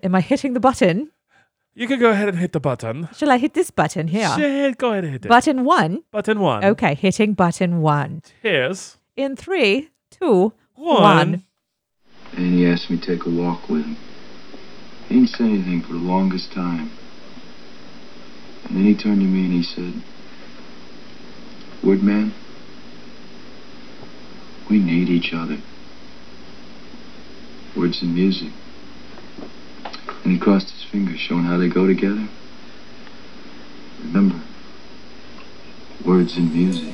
Am I hitting the button? You can go ahead and hit the button. Shall I hit this button here? Shit, go ahead and hit it. Button one. button one. Okay, hitting button one. Here's In three, two, one. one. and he asked me to take a walk with him. He didn't say anything for the longest time. And then he turned to me and he said, Woodman, we need each other. Words and music. And he crossed his fingers, showing how they go together. Remember, words and music.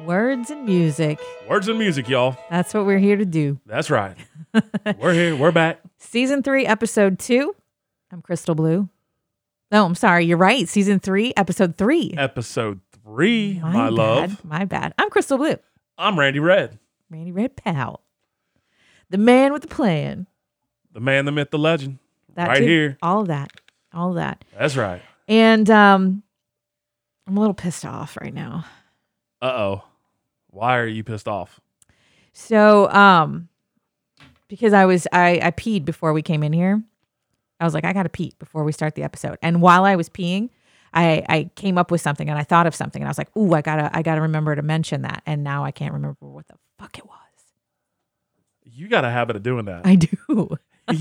Words and music. words and music, y'all. That's what we're here to do. That's right. we're here. We're back. Season three, episode two. I'm Crystal Blue. No, I'm sorry. You're right. Season three, episode three. Episode three, Eh, my love. bad, My bad. I'm Crystal Blue. I'm Randy Red, Randy Red Powell. The man with the plan. the man, the myth, the legend. That right too. here. All of that. All of that. That's right. And um I'm a little pissed off right now. Uh oh. Why are you pissed off? So um because I was I I peed before we came in here. I was like I got to pee before we start the episode. And while I was peeing, I I came up with something and I thought of something and I was like, "Ooh, I got to I got to remember to mention that." And now I can't remember what the fuck it was. You got a habit of doing that. I do.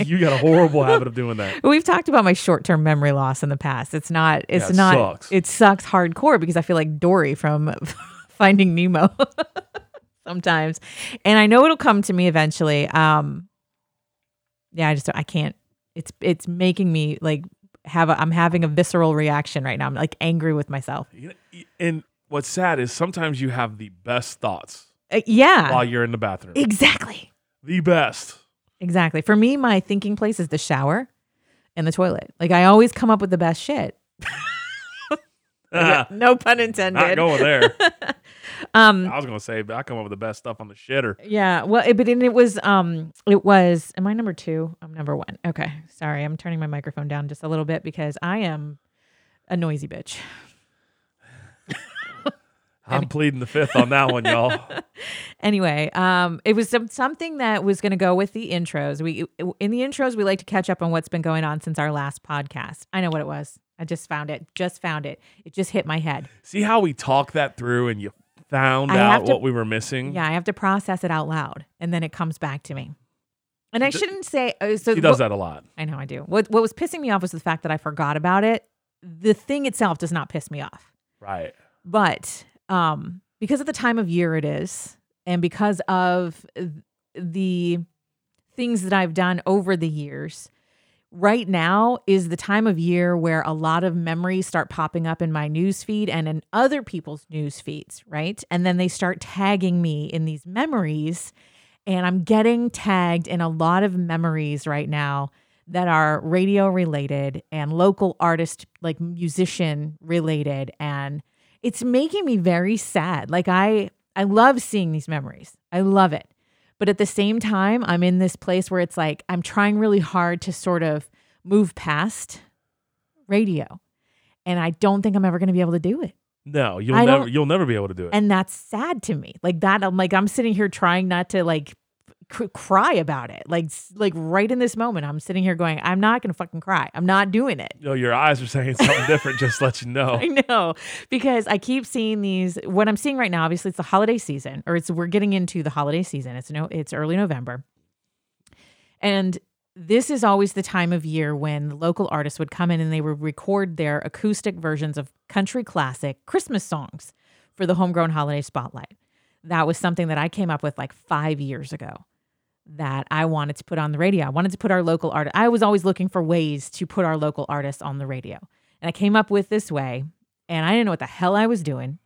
you got a horrible habit of doing that. We've talked about my short-term memory loss in the past. It's not it's Yeah, it not sucks. it sucks hardcore because I feel like Dory from Finding Nemo sometimes. And I know it'll come to me eventually. Um yeah, I just I can't it's it's making me like have a, I'm having a visceral reaction right now. I'm like angry with myself. You know, And what's sad is sometimes you have the best thoughts Uh, yeah. while you're in the bathroom. exactly. the best. Exactly. For me my thinking place is the shower and the toilet. Like I always come up with the best shit. Not no pun intended. going there. um I was gonna say, but I come up with the best stuff on the shitter. Yeah. Well, it, but it, it was um it was am I number 2? I'm number 1. Okay. Sorry. I'm turning my microphone down just a little bit because I am a noisy bitch. I'm pleading the fifth on that one, y'all. Anyway, um it was some, something that was going to go with the intros. We in the intros we like to catch up on what's been going on since our last podcast. I know what it was. I just found it. Just found it. It just hit my head. See how we talk that through, and you found I have out to- what we were missing. Yeah, I have to process it out loud and then it comes back to me. And I d- shouldn't say uh, so he does wh- that a lot. I know I do. What what was pissing me off was the fact that I forgot about it. The thing itself does not piss me off. Right. But um because of the time of year it is and because of th- the things that I've done over the years, right now is the time of year where a lot of memories start popping up in my news feed and in other people's news feeds, right? And then they start tagging me in these memories and I'm getting tagged in a lot of memories right now that are radio related and local artist like musician related and it's making me very sad. Like I I love seeing these memories. I love it. But at the same time, I'm in this place where it's like I'm trying really hard to sort of move past radio. And I don't think I'm ever going to be able to do it. No, you'll I never. don't- You'll never be able to do it. And that's sad to me. Like that I'm like I'm sitting here trying not to like cr- cry about it. Like s- like right in this moment I'm sitting here going I'm not going to fucking cry. I'm not doing it. you know, your eyes are saying something different. Just to let you know. I know because I keep seeing these. What I'm seeing right now, obviously, it's the holiday season, or it's we're getting into the holiday season. It's no, it's early November, and this is always the time of year when the local artists would come in and they would record their acoustic versions of country classic Christmas songs for the homegrown holiday spotlight. That was something that I came up with like five years ago that I wanted to put on the radio. I wanted to put our local artist. I was always looking for ways to put our local artists on the radio. And I came up with this way, and I didn't know what the hell I was doing.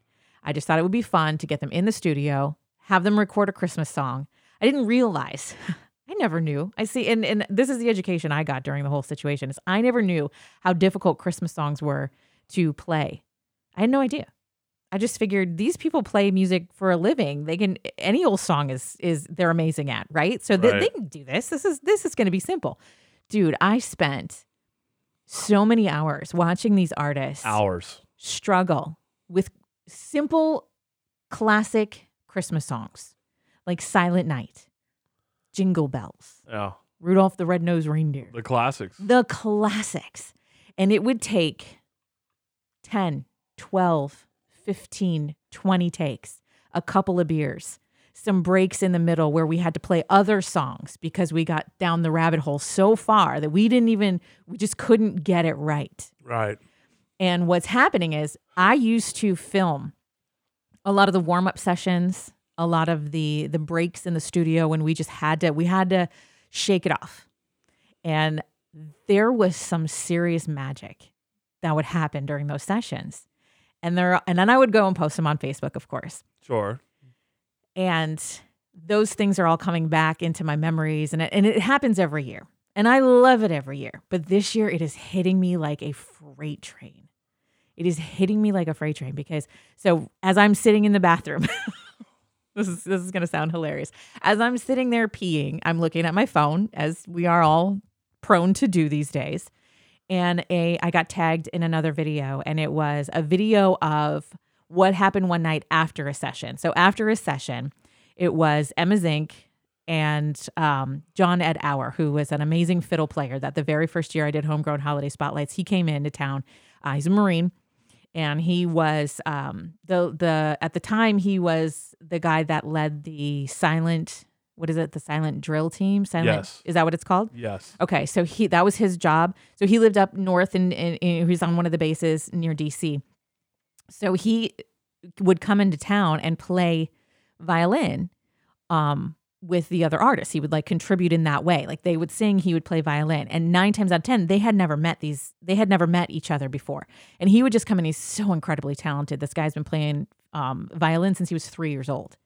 I just thought it would be fun to get them in the studio, have them record a Christmas song. I didn't realize. I never knew. I see, and, and this is the education I got during the whole situation is I never knew how difficult Christmas songs were to play. I had no idea. I just figured these people play music for a living. They can any old song is is they're amazing at, right? So they, Right. they can do this. This is this is going to be simple, dude. I spent so many hours watching these artists Hours. struggle with simple classic Christmas songs like Silent Night, Jingle Bells, Yeah. Rudolph the Red-Nosed Reindeer, The classics. the classics. And it would take 10, 12, 15, 20 takes, a couple of beers, some breaks in the middle where we had to play other songs because we got down the rabbit hole so far that we didn't even, we just couldn't get it right. Right. And what's happening is I used to film a lot of the warm up sessions, a lot of the the breaks in the studio when we just had to we had to shake it off. And there was some serious magic that would happen during those sessions. And there and then I would go and post them on Facebook, of course. Sure. And those things are all coming back into my memories and it, and it happens every year. And I love it every year. But this year it is hitting me like a freight train. It is hitting me like a freight train because so as I'm sitting in the bathroom this is this is going to sound hilarious. As I'm sitting there peeing, I'm looking at my phone as we are all prone to do these days. And a I got tagged in another video and it was a video of what happened one night after a session. So after a session, it was Emma Zink and um, John Ed Auer, who was an amazing fiddle player that the very first year I did Homegrown Holiday Spotlights, he came into town. Uh, he's a Marine and he was um, the the at the time he was the guy that led the silent what is it the silent drill team silent Yes. is that what it's called Yes. okay so he that was his job so he lived up north and in, in, he was on one of the bases near DC so he would come into town and play violin um, with the other artists. He would like contribute in that way. Like they would sing, he would play violin. And nine times out of 10, they had never met these, they had never met each other before. And he would just come in. He's so incredibly talented. This guy's been playing um, violin since he was three years old,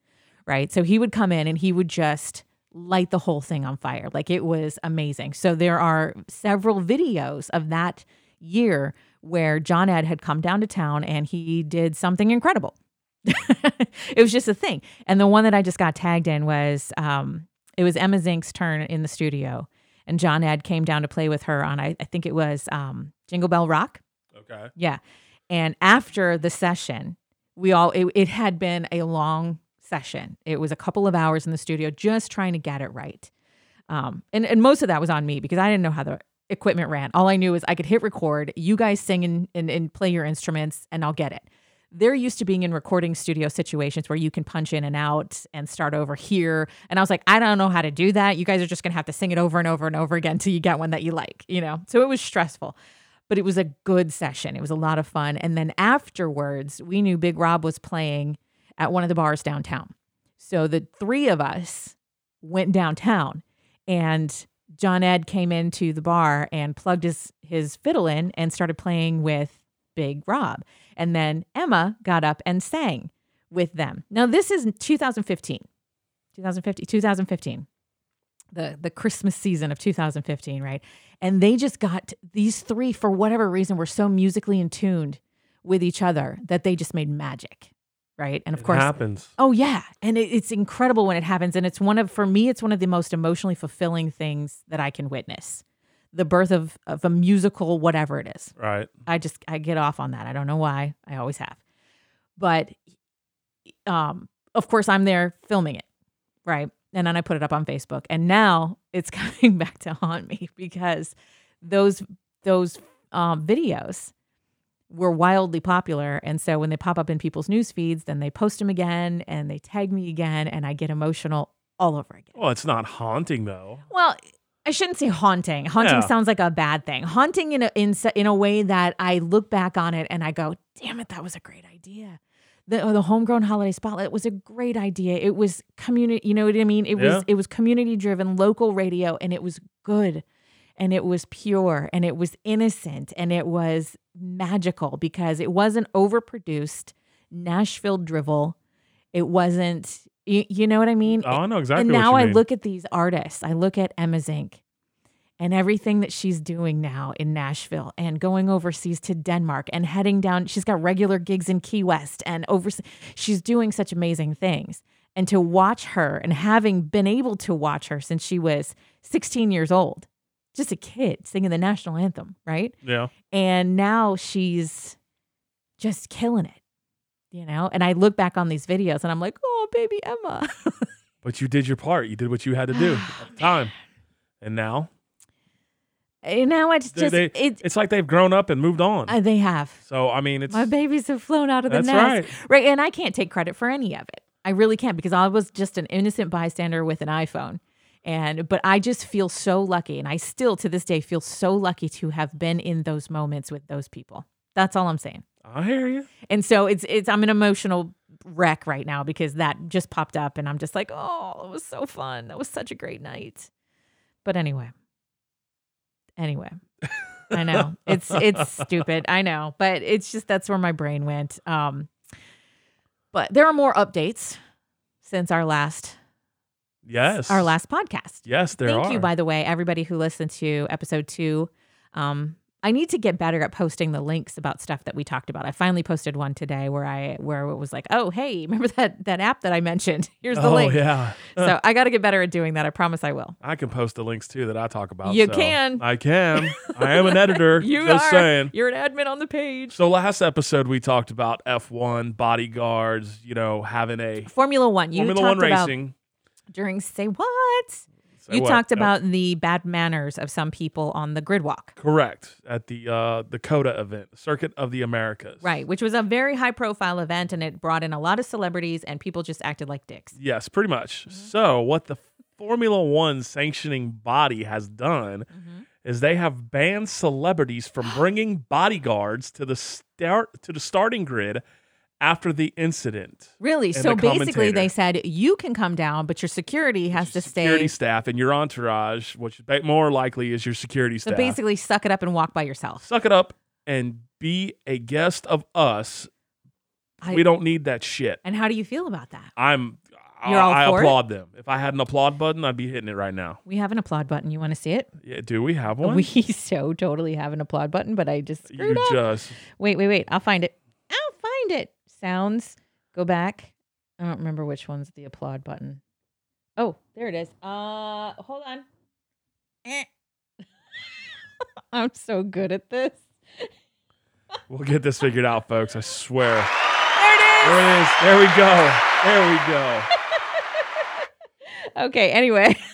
right? So he would come in and he would just light the whole thing on fire. Like it was amazing. So there are several videos of that year where John Ed had come down to town and he did something incredible. it was just a thing. And the one that I just got tagged in was um, it was Emma Zink's turn in the studio, and John Ed came down to play with her on I, I think it was um, Jingle Bell Rock. Okay. Yeah. And after the session, we all, it, it had been a long session. It was a couple of hours in the studio just trying to get it right. Um, and, and most of that was on me because I didn't know how the equipment ran. All I knew is I could hit record, you guys sing and, and, and play your instruments, and I'll get it. They're used to being in recording studio situations where you can punch in and out and start over here. And I was like, I don't know how to do that. You guys are just going to have to sing it over and over and over again until you get one that you like, you know? So it was stressful but it was a good session. It was a lot of fun. And then afterwards, we knew Big Rob was playing at one of the bars downtown. So the three of us went downtown and John Ed came into the bar and plugged his his fiddle in and started playing with Big Rob. And then Emma got up and sang with them. Now this is 2015. 2015 2015 the the Christmas season of 2015, right? And they just got these three for whatever reason were so musically in tuned with each other that they just made magic, right? And of It course, happens. oh yeah, and it, it's incredible when it happens, and it's one of for me, it's one of the most emotionally fulfilling things that I can witness, the birth of of a musical, whatever it is. Right. I just I get off on that. I don't know why. I always have. But um of course I'm there filming it, right? And then I put it up on Facebook. And now it's coming back to haunt me because those those um videos were wildly popular and so when they pop up in people's news feeds, then they post them again and they tag me again and I get emotional all over again. Well, it's not haunting though. Well, I shouldn't say haunting. Haunting Yeah. sounds like a bad thing. Haunting in a in, s- in a way that I look back on it and I go, "Damn it, that was a great idea." The oh, the homegrown holiday spotlight was a great idea. It was community, you know what I mean? It Yeah. was it was community driven, local radio and it was good and it was pure and it was innocent and it was magical because it wasn't overproduced Nashville drivel. It wasn't you, you know what I mean? Oh, I know exactly. and now what you I mean. look at these artists. I look at Emma Zink and everything that she's doing now in Nashville and going overseas to Denmark and heading down. She's got regular gigs in Key West and overseas. She's doing such amazing things. And to watch her and having been able to watch her since she was 16 years old, just a kid singing the national anthem, right? Yeah. and now she's just killing it you know and i look back on these videos and i'm like oh baby emma Oh, But you did your part. You did what you had to do at the time. And now And now it's They- just they- it. it's like they've grown up and moved on. uh, they have so I mean, it's my babies have flown out of the That's nest, right. And I can't take credit for any of it. I really can't because I was just an innocent bystander with an iPhone. And but I just feel so lucky, and I still to this day feel so lucky to have been in those moments with those people. That's all I'm saying. I hear you. And so it's it's I'm an emotional wreck right now because that just popped up and I'm just like, "Oh, it was so fun. That was such a great night." But anyway. Anyway. I know. It's it's stupid. I know, but it's just that's where my brain went. Um but there are more updates since our last Yes, our last podcast. Yes, there Thank are. you by the way everybody who listened to episode 2. Um I need to get better at posting the links about stuff that we talked about. I finally posted one today where I where it was like, "Oh, hey, remember that that app that I mentioned? Here's the oh link." yeah, So, I got to get better at doing that. I promise I will. I can post the links too that I talk about. You so can. I can. I am an editor. You just are saying. you're an admin on the page. So last episode we talked about F1 bodyguards, you know, having a Formula 1. You Formula talked One about racing. during say what? Say you what? talked Uh, about the bad manners of some people on the grid walk. correct at the uh, the Coda event, Circuit of the Americas. Right, which was a very high profile event and it brought in a lot of celebrities and people just acted like dicks. Yes, pretty much. Mm-hmm. So, what the Formula One sanctioning body has done Mm-hmm. is they have banned celebrities from bringing bodyguards to the start to the starting grid after the incident. Really? And So the basically, they commentator. said you can come down, but your security has to Security stay. staff and your entourage, which ba- more likely is your security So staff. basically, suck it up and walk by yourself. Suck it up and be a guest of us. I- we don't need that shit. And how do you feel about that? I'm. I- You're all I, for it? applaud them. If I had an applaud button, I'd be hitting it right now. We have an applaud button. You want to see it? Yeah, do we have one? We so totally have an applaud button, but I just you screwed up. just Wait, wait, wait. I'll find it. I'll find it. Sounds. Go back. I don't remember which one's the applaud button. Oh, there it is. Uh, hold on. Eh. I'm so good at this. We'll get this figured out, folks. I swear. There it is. There it is. There we go. There we go. Okay. Anyway.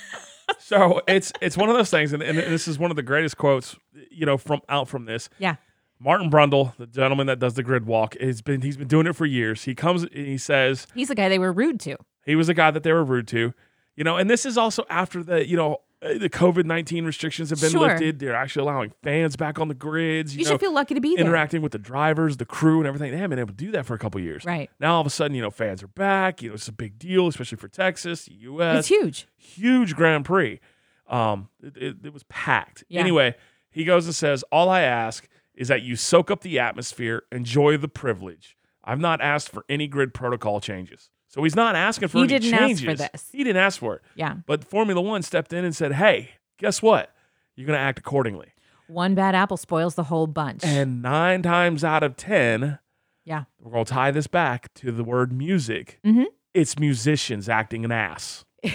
So it's it's one of those things, and, and this is one of the greatest quotes, you know, from out from this. Yeah. Martin Brundle, the gentleman that does the grid walk, has been he's been doing it for years. He comes and he says He's the guy they were rude to. he was a guy that they were rude to, you know, and this is also after the you know uh, the COVID nineteen restrictions have been Sure. lifted. They're actually allowing fans back on the grids. You, You, know, should feel lucky to be there. interacting with the drivers, the crew, and everything. They haven't been able to do that for a couple years. Right. Now all of a sudden, you know, fans are back. You know, it's a big deal, especially for Texas, It's U.S. huge. Huge Grand Prix. Um, it, it, it was packed. Yeah. Anyway, he goes and says, "All I ask is that you soak up the atmosphere, enjoy the privilege. I've not asked for any grid protocol changes." So he's not asking for He any didn't ask changes. for this. He didn't ask for it. Yeah. But Formula One stepped in and said, "Hey, guess what? You're going to act accordingly." One bad apple spoils the whole bunch. And nine times out of 10, Yeah. we're going to tie this back to the word music. Mhm. It's musicians acting an ass.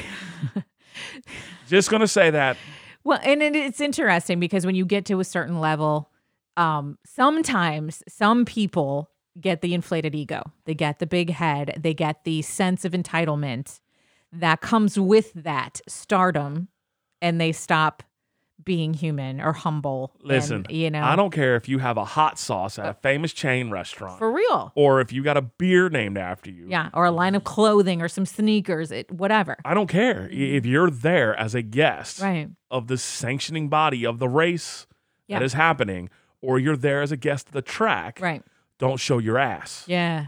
Just going to say that. Well, and it, it's interesting because when you get to a certain level, um, sometimes some people get the inflated ego, they get the big head, they get the sense of entitlement that comes with that stardom, and they stop being human or humble. and, Listen, you know, Uh, I don't care if you have a hot sauce at a famous chain restaurant for real. or if you got a beer named after you. Yeah, or a line of clothing or some sneakers, it, whatever. I don't care. I- If you're there as a guest Right. of the sanctioning body of the race Yeah. that is happening, or you're there as a guest of the track, Right. don't show your ass. Yeah.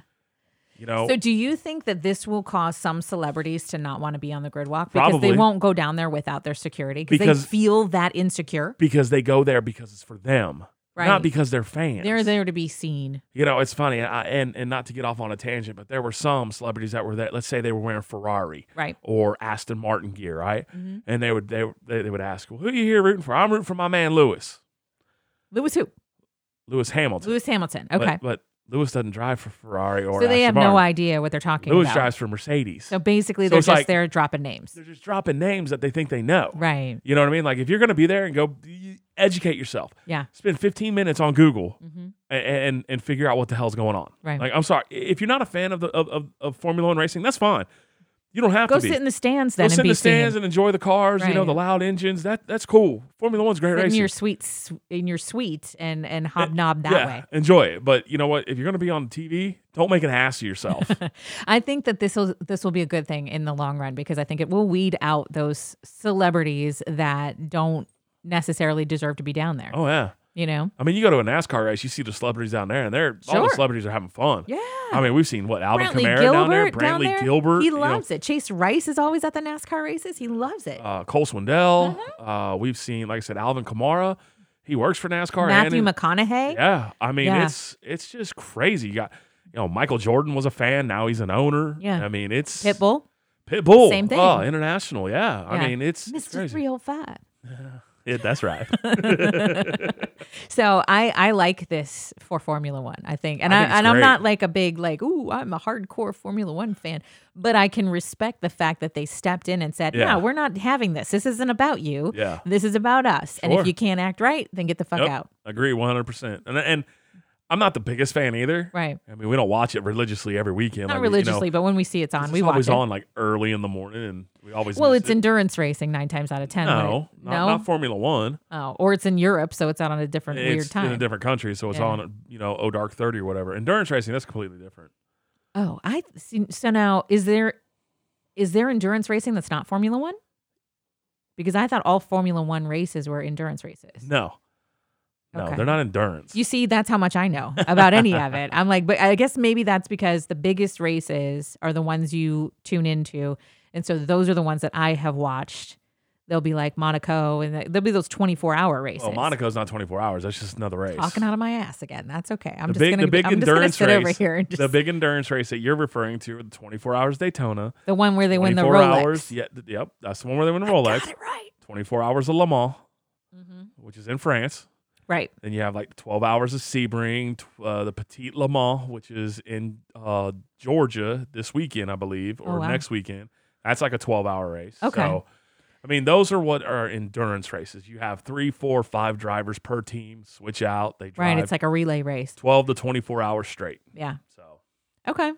You know, So, do you think that this will cause some celebrities to not want to be on the grid walk because they Probably. won't go down there without their security because Because- they feel that insecure? because they go there because it's for them, Right. not because they're fans. They're there to be seen. You know, it's funny, I, and and not to get off on a tangent, but there were some celebrities that were there. Let's say they were wearing Ferrari Right. or Aston Martin gear, right? Mm-hmm. And they would they would- they, they would ask, "Well, who you here rooting for?" I'm rooting for my man Lewis, Lewis who? Lewis Hamilton. Lewis Hamilton. But- Okay. but, Lewis doesn't drive for Ferrari or so they Aston have Martin. no idea what they're talking Lewis about. drives for Mercedes. So basically, So they're it's just like- there dropping names. They're just dropping names that they think they know. Right. You know what I mean? Like if you're going to be there and go you- educate yourself, Yeah. spend 15 minutes on Google hmm a- and and figure out what the hell's going on. Right. Like I'm sorry, if you're not a fan of the of, of, of Formula One racing, that's fine. You don't have Go to be. sit in the stands Go then sit and in be the stands seen. and enjoy the cars. You know Right. the loud engines. That that's cool. Formula One's great Sit in racing. your suite in your suite and and hobnob that yeah, way. enjoy it. But you know what? If you're gonna be on TV, don't make an ass of yourself. I think that this will this will be a good thing in the long run because I think it will weed out those celebrities that don't necessarily deserve to be down there. oh yeah. You know? I mean, you go to a NASCAR race, you see the celebrities down there, and they're all Sure. the celebrities are having fun. Yeah. I mean, we've seen what Alvin Brantley Kamara Gilbert down there, down Brantley there, Gilbert, He you know, loves it. Chase Rice is always at the NASCAR races. He loves it. uh, Cole Swindell. Mm-hmm. Uh, we've seen, like I said, Alvin Kamara. He works for NASCAR. Matthew and McConaughey. Yeah, I mean, Yeah. it's it's just crazy. You got you know Michael Jordan was a fan, now he's an owner. Yeah. I mean, it's Pitbull. Pitbull, Same thing. Oh, international. Yeah, I Yeah. mean, it's, it's Mr. crazy. 305. Yeah, that's right. So I I like this for Formula One. I think, and I I, think it's and I'm great. not like a big like, ooh, I'm a hardcore Formula One fan, but I can respect the fact that they stepped in and said, Yeah. no, we're not having this. This isn't about you. Yeah. this is about us. And Sure. if you can't act right, then get the fuck Yep. out. Agree, one hundred percent. And and I'm not the biggest fan either. Right. I mean, we don't watch it religiously every weekend. Not like, religiously, you know, but when we see it's on, it's we watch always it. on like early in the morning, and we always Well, miss it's it. endurance racing nine times out of ten. when no, it- not, no, not Formula One. oh, or it's in Europe, so it's out on a different weird it's time. in a different country, so it's Yeah. on you know O Dark Thirty or whatever. Endurance racing that's completely different. Oh, I see. So now is there is there endurance racing that's not Formula One? Because I thought all Formula One races were endurance races. No, no, Okay. they're not endurance. You see, that's how much I know about any of it. I'm like, but I guess maybe that's because the biggest races are the ones you tune into, and so those are the ones that I have watched. They'll be like Monaco, and th- there'll be those 24 hour races. well, Monaco's not 24 hours. That's just another Oh, race. Talking out of my ass again. That's okay. I'm the just big, gonna the big I'm just gonna endurance sit race. over here and just the the, big endurance race that you're referring to, are the 24 hours Daytona. one where they win the 24 Rolex. hours. Yeah, th- yep. That's the one where they win the Got Rolex. Mm-hmm. it right. 24 hours of Le Mans, Mhm. which is in France. Right. Then you have like 12 hours of Sebring, tw- uh, the Petit Le Mans, which is in uh, Georgia this weekend, I believe, or Oh, wow. next weekend. That's like a 12 hour race. Okay. So, I mean, those are what are endurance races. You have three, four, five drivers per team switch out. They drive Right. It's like a relay race. 12 to 24 hours straight. Yeah. So, Okay.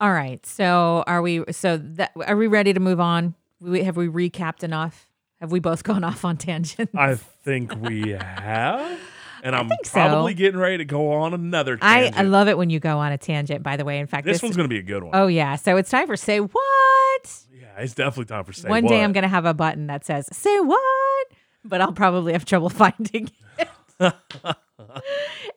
All right. So are we so that are we ready to move on? We have we recapped enough? Have we both gone off on tangent? I think we have. And I'm think so. probably getting ready to go on another I, tangent. I love it when you go on a tangent, by the way. In fact, this, this, one's going to be a good one. Oh yeah. So it's time for say what? yeah, it's definitely time for say One day What. I'm gonna have a button that says say what, but I'll probably have trouble finding it.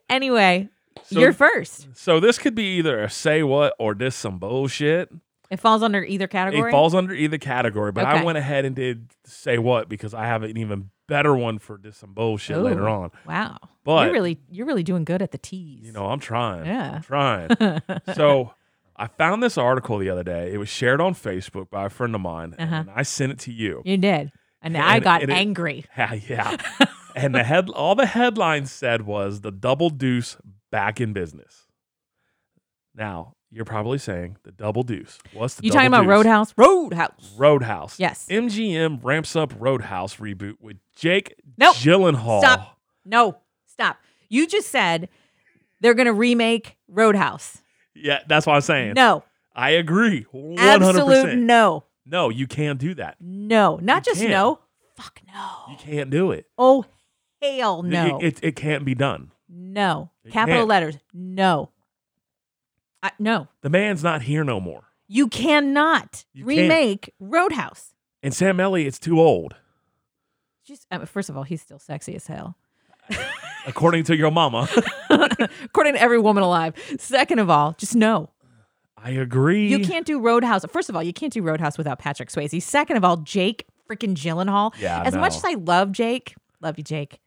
anyway, So- you're first. So this could be either a say what or this some bullshit. It falls under either category. It falls under either category, but I Okay. went ahead and did say what because I have an even better one for this some bullshit later Ooh. on. Wow. But- you're really you're really doing good at the T's. You know, I'm trying. Yeah. I'm trying. so I found this article the other day. It was shared on Facebook by a friend of mine, Uh-huh. and I sent it to you. You did. And I And got it- angry. Yeah, yeah. and the head, all the headlines said was the double deuce back in business. Now you're probably saying the double deuce. What's the You double talking about deuce? Roadhouse? Roadhouse. Roadhouse. Yes. MGM ramps up Roadhouse reboot with Jake Nope. Gyllenhaal. Stop. No, stop. You just said they're going to remake Roadhouse. Yeah, that's what I'm saying. No, I agree. 100%. absolute no. No, you can't do that. No, not You just can't. no. Fuck You no. can't do it. Oh, hell no. It, it, it can't be done. no. You Capital can't. letters. No. I, no. The man's not here no more. You cannot You can't. remake Roadhouse. And Sam Elliott's too old, Just um, First of all, he's still sexy as hell. according to your mama. According to every woman alive. Second of all, just no. I agree. You can't do Roadhouse. First of all, you can't do Roadhouse without Patrick Swayze. Second of all, Jake freaking Gyllenhaal. Yeah, as much no. as I love Jake, love you, Jake.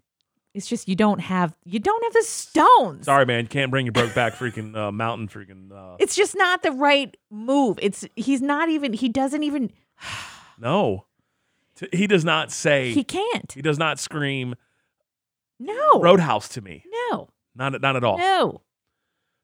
It's just you don't have you don't have the stones. Sorry, man. Can't bring your broke back freaking uh, mountain freaking. Uh, It's just not the right move. It's he's not even he doesn't even no. T- he does not say, he he, can't. does not scream No. Roadhouse to me. no. Not, not at all. No.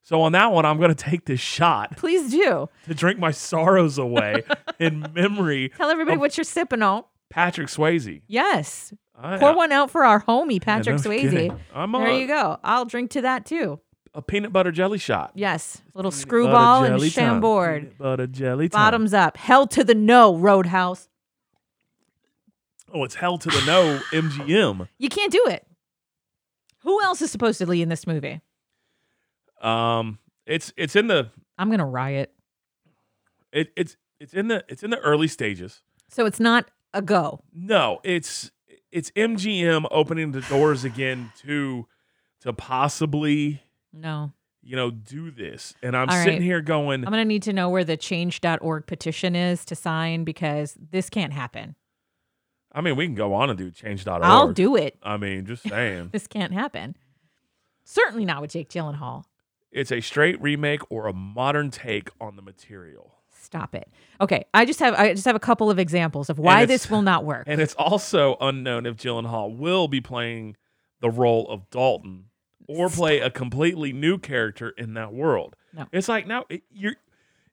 So on that one, I'm going to take this shot Please do. to drink my sorrows away in memory. Tell everybody Oh. what you're sipping on. Patrick Swayze. Yes. I- Pour one out for our homie I- yeah, Patrick no Swayze. kidding. I'm There uh, you go. I'll drink to that too. a peanut butter jelly shot. Yes, little Butter screwball and jelly time. shambord. Peanut Butter jelly time. Bottoms up. Hell to the no, Roadhouse. Oh, it's hell to the no MGM. You can't do it. Who else is supposedly in this movie? Um, it's it's in the I'm gonna riot. it, it's it's in the it's in the early stages. So it's not a go. No, it's it's MGM opening the doors again to to possibly No, you know do this, and I'm All sitting right. here going, I'm gonna need to know where the Change.org petition is to sign because this can't happen. I mean, we can go on and do change.org. I'll do it. I mean, just saying, This can't happen. Certainly not with Jake Gyllenhaal. it's a straight remake or a modern take on the material. Stop it. Okay, I just have I just have a couple of examples of why it's- this will not work. And it's also unknown if Gyllenhaal will be playing the role of Dalton or play a completely new character in that world. No. It's like now it- you're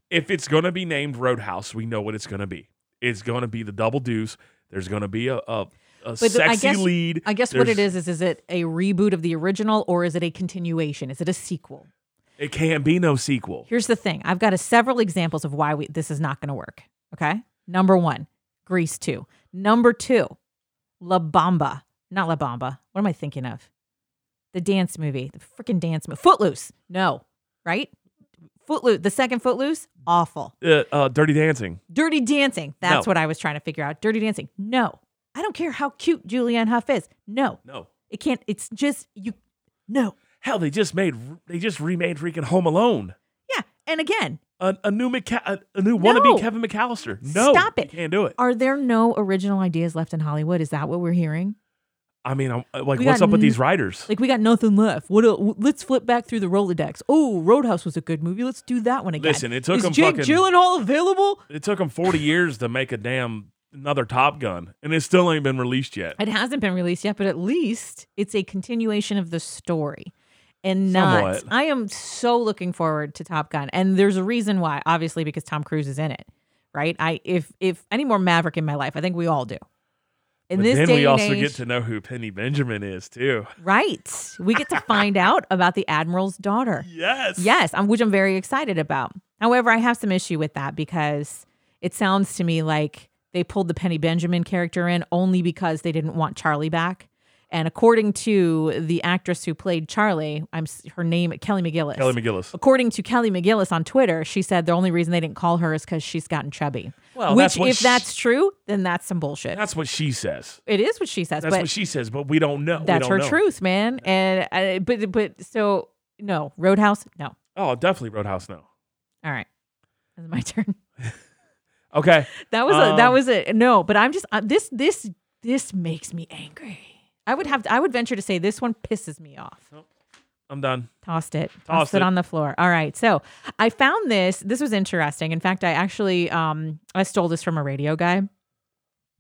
if it's going to be named Roadhouse, we know what it's going to be. It's going to be the double deuce. There's going to be a a, a But the- I sexy guess- lead. I guess what it There's- is is is it a reboot of the original or is it a continuation? Is it a sequel? It can't be no sequel. Here's the thing. I've got a several examples of why we, this is not going to work. Okay. Number one, Grease 2. Number two, La Bamba. Not La Bamba. What am I thinking of? The dance movie, the freaking dance movie. Footloose. No, right? Footloose. The second Footloose, awful. Uh, uh, Dirty Dancing. Dirty Dancing. That's No. what I was trying to figure out. Dirty Dancing. No. I don't care how cute Julianne Hough is. No. No. It can't. It's just, you, no. Hell, they just made they just remade freaking Home Alone. Yeah. And again, A, a new Mc, a, a new No. wannabe Kevin McAllister. No, Stop you it. Can't do it. are there no original ideas left in Hollywood? Is that what we're hearing? I mean, I'm, uh, like, We what's got up with n- these writers? Like we got nothing left. What? el- let's flip back through the Rolodex. Oh, Roadhouse was a good movie. Let's do that one again. Listen, it took Is 'em Jake fucking- Gyllenhaal available? It took them 40 years to make a damn another Top Gun, and it still ain't been released yet. It hasn't been released yet, but at least it's a continuation of the story. And not, Somewhat. I am so looking forward to Top Gun, and there's a reason why. Obviously, because Tom Cruise is in it, right? I if if any more Maverick in my life, I think we all do. In but this then day we and also age, get to know who Penny Benjamin is too. right, we get to find out about the admiral's daughter. Yes. Yes, I'm, which I'm very excited about. However, I have some issue with that because it sounds to me like they pulled the Penny Benjamin character in only because they didn't want Charlie back. And according to the actress who played Charlie, I'm s- her name Kelly McGillis. Kelly McGillis. According to Kelly McGillis on Twitter, she said the only reason they didn't call her is because she's gotten chubby. Well, which, that's what if she- that's true, then that's some bullshit. That's what she says. it is what she says, That's but what she says, but we don't know. We that's don't her know. truth, man. And I, but but so no Roadhouse, no. Oh, definitely Roadhouse now. All right, it's my turn. Okay. That was a, that Um, was a no, but I'm just uh, this this this makes me angry. I would have to, I would venture to say this one pisses me off. I'm done. Tossed it. Tossed, Tossed it. it. on the floor. All right. So I found this. This was interesting. In fact, I actually um I stole this from a radio guy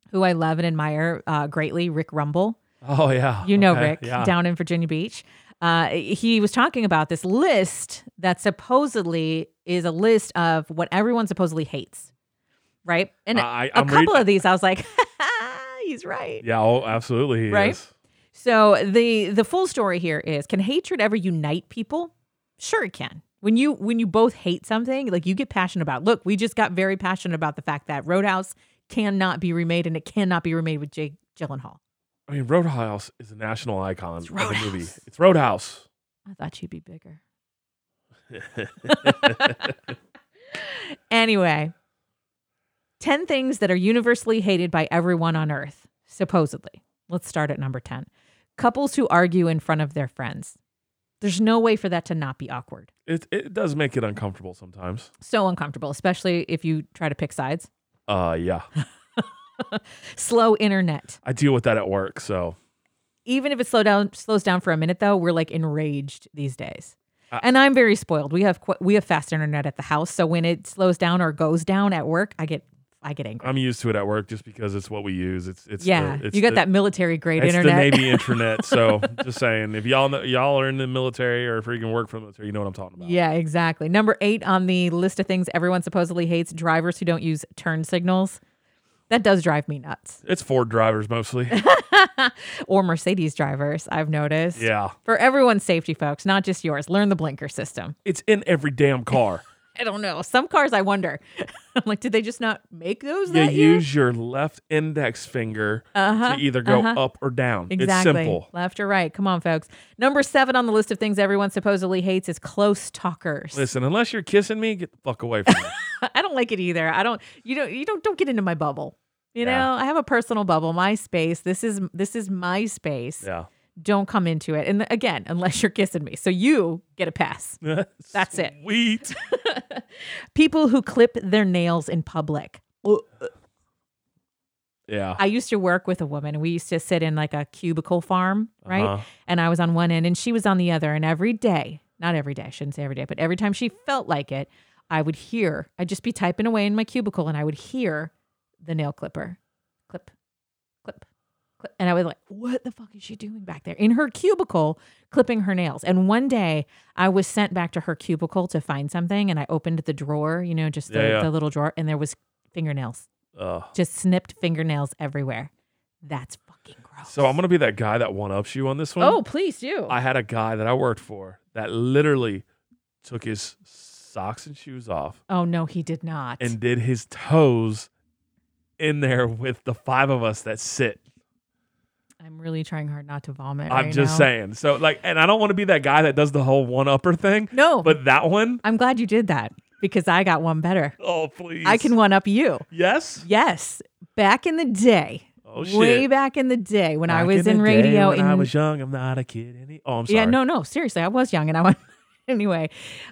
who I love and admire uh, greatly, Rick Rumble. Oh yeah. You know Okay. Rick Yeah. down in Virginia Beach. Uh, he was talking about this list that supposedly is a list of what everyone supposedly hates, right? And Uh, I, a I'm read- couple of these, I was like, he's right. Yeah, oh, absolutely. He Right? is. So the the full story here is: Can hatred ever unite people? Sure, it can. When you when you both hate something, like you get passionate about. Look, we just got very passionate about the fact that Roadhouse cannot be remade, and it cannot be remade with Jake Gyllenhaal. I mean, Roadhouse is a national icon It's of the movie. Roadhouse. It's Roadhouse. I thought you'd be bigger. Anyway, ten things that are universally hated by everyone on Earth, supposedly. Let's start at number ten: couples who argue in front of their friends. There's no way for that to not be awkward. it it does make it uncomfortable sometimes. so uncomfortable, especially if you try to pick sides. Uh yeah. Slow internet. I deal with that at work, so Even if it slow down slows down for a minute though, we're like enraged these days. Uh, and I'm very spoiled. We have qu- we have fast internet at the house, so when it slows down or goes down at work, I get I get angry. I'm used to it at work just because it's what we use. It's it's yeah, the, it's you got the- that military grade It's internet. the Navy intranet. So just saying, if y'all know, y'all are in the military or freaking work for the military, you know what I'm talking about. yeah, exactly. Number 8 on the list of things everyone supposedly hates, drivers who don't use turn signals. That does drive me nuts. It's Ford drivers mostly. or Mercedes drivers, I've noticed. yeah. For everyone's safety, folks, not just yours, learn the blinker system. It's in every damn car. I don't know. Some cars, I wonder. I'm like, did they just not make those you that year? use your left index finger Uh-huh, to either go uh-huh. up or down. Exactly. It's simple. Left or right. Come on, folks. Number seven on the list of things everyone supposedly hates is close talkers. Listen, unless you're kissing me, get the fuck away from me. I don't like it either. I don't. You don't. You don't. Don't get into my bubble. You Yeah. know, I have a personal bubble, my space. This is this is my space. yeah. Don't come into it. And again, unless you're kissing me, so you get a pass. That's it. Sweet. People who clip their nails in public. Ugh. Yeah. I used to work with a woman. We used to sit in like a cubicle farm, right? Uh-huh. And I was on one end and she was on the other. And every day, not every day, I shouldn't say every day, but every time she felt like it, I would hear, I'd just be typing away in my cubicle and I would hear the nail clipper clip, clip, clip. And I was like, what the fuck is she doing back there in her cubicle clipping her nails? And one day I was sent back to her cubicle to find something and I opened the drawer, you know, just the, Yeah, yeah. the little drawer, and there was fingernails Ugh. just snipped fingernails everywhere. That's fucking gross. so I'm gonna be that guy that one ups you on this one. Oh, please do. I had a guy that I worked for that literally took his socks and shoes off oh no, he did not. and did his toes in there with the five of us that sit. I'm really trying hard not to vomit. I'm right just now. saying. So like, and I don't want to be that guy that does the whole one upper thing, No, but but that one, I'm glad you did that because I got one better. oh please, I can one up you. Yes. Yes, back in the day, Oh shit. way back in the day when I Back was in, the day radio. when in, I was young. I'm not a kid any. Oh, I'm sorry. Yeah, no, no, seriously, I was young and I went anyway.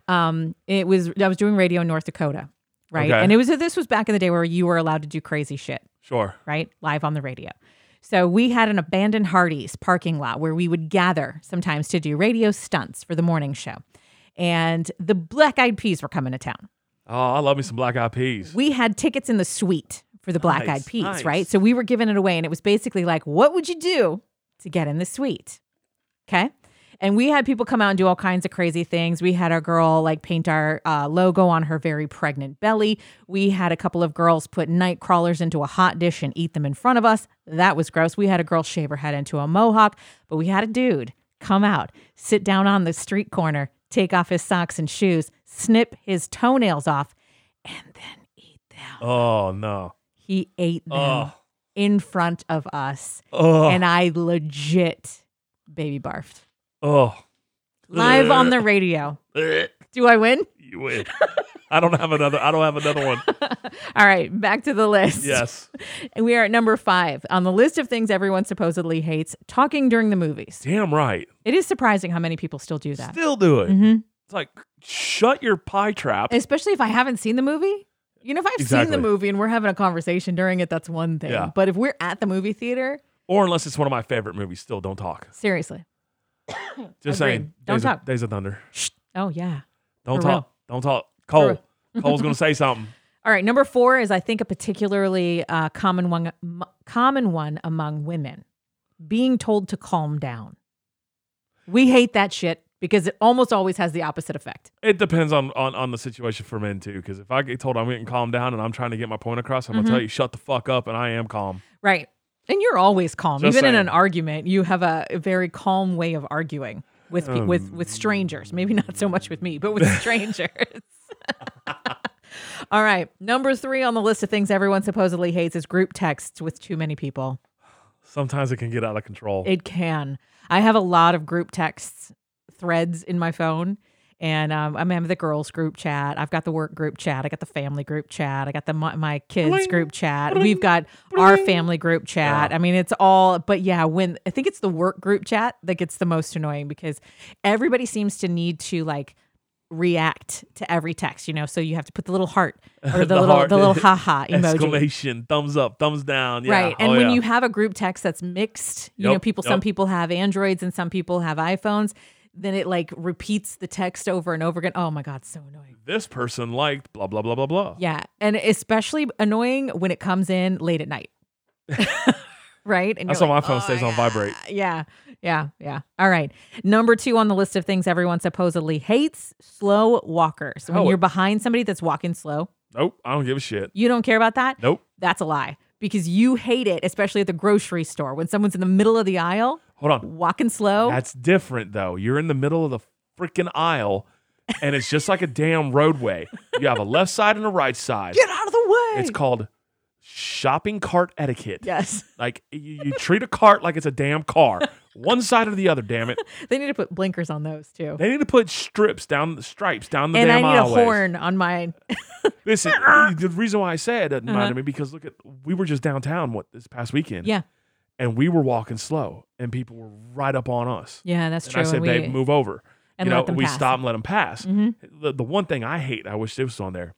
Um, it was I was doing radio in North Dakota, right? Okay. And it was this was back in the day where you were allowed to do crazy shit. Sure. right? Live on the radio. So we had an abandoned Hardee's parking lot where we would gather sometimes to do radio stunts for the morning show. And the Black Eyed Peas were coming to town. Oh, I love me some black eyed peas. We had tickets in the suite for the Black Nice, Eyed Peas, nice. right? So we were giving it away. And it was basically like, what would you do to get in the suite? Okay. And we had people come out and do all kinds of crazy things. We had our girl like paint our uh, logo on her very pregnant belly. We had a couple of girls put night crawlers into a hot dish and eat them in front of us. That was gross. We had a girl shave her head into a mohawk, but we had a dude come out, sit down on the street corner, take off his socks and shoes, snip his toenails off, and then eat them. Oh no. He ate them Oh. in front of us. Oh. And I legit baby barfed oh. live on the radio. Do I win? You win. I don't have another. I don't have another one. All right, back to the list. Yes. And we are at number five on the list of things everyone supposedly hates talking during the movies. Damn right. It is surprising how many people still do that. Still do it. hmm It's like shut your pie trap. Especially if I haven't seen the movie. You know, if I've Exactly. seen the movie and we're having a conversation during it, that's one thing. Yeah. But if we're at the movie theater, Or unless it's one of my favorite movies, still don't talk. seriously. Just Agreed. saying. Don't Days talk. Of, Days of Thunder. Oh, yeah. Don't For talk. real. Don't talk. Cole. Cole's gonna say something. All right. Number four is, I think, a particularly uh, common one, m- common one among women being told to calm down. We hate that shit because it almost always has the opposite effect. It depends on, on, on the situation for men too, because if I get told I'm getting calm down and I'm trying to get my point across, I'm Mm-hmm. gonna tell you shut the fuck up, and I am calm. Right. And you're always calm. Just Even in saying. an argument, you have a a very calm way of arguing with pe- with Um. with strangers. Maybe not so much with me, but with strangers. All right. Number 3 on the list of things everyone supposedly hates is group texts with too many people. Sometimes it can get out of control. It can. I have a lot of group texts threads in my phone. And um, I'm in the girls group chat. I've got the work group chat. I got the family group chat. I got the my, my kids Bling, group chat. We've got our family group chat. I mean, it's all. But yeah, when I think it's the work group chat that gets the most annoying because everybody seems to need to like react to every text. You know, so you have to put the little heart or the, The little heart. the little haha emoji. Exclamation, thumbs up, thumbs down. Yeah. Right. And Oh, when yeah. you have a group text that's mixed, you know, Yep, people, yep. some people have Androids and some people have iPhones, then it like repeats the text over and over again. Oh my God, it's so annoying. this person liked blah blah blah blah blah. Yeah. And especially annoying when it comes in late at night. right. And That's you're why like, my phone "Oh stays on God." vibrate. Yeah. Yeah. Yeah. All right. Number two on the list of things everyone supposedly hates slow walkers. When Oh, it- you're behind somebody that's walking slow, Nope, I don't give a shit. you don't care about that. Nope. That's a lie. because you hate it, especially at the grocery store when someone's in the middle of the aisle Hold on. walking slow. That's different though. You're in the middle of the freaking aisle and it's just like a damn roadway. You have a left side and a right side. Get out of the way. It's called shopping cart etiquette. yes. Like you, you treat a cart like it's a damn car. One side or the other, damn it. They need to put blinkers on those too. They need to put strips down the stripes down the and I damn need a aisleways. horn Uh-huh. on mine. Listen, the reason why I say it doesn't matter to me because look at we were just downtown what this past weekend. Uh-huh. Yeah. And we were walking slow and people were right up on us. Yeah, that's and true. I said, we- babe, move over. and you know, let them we pass. Mm-hmm. stop and let them pass. The, the one thing I hate, I wish it was on there.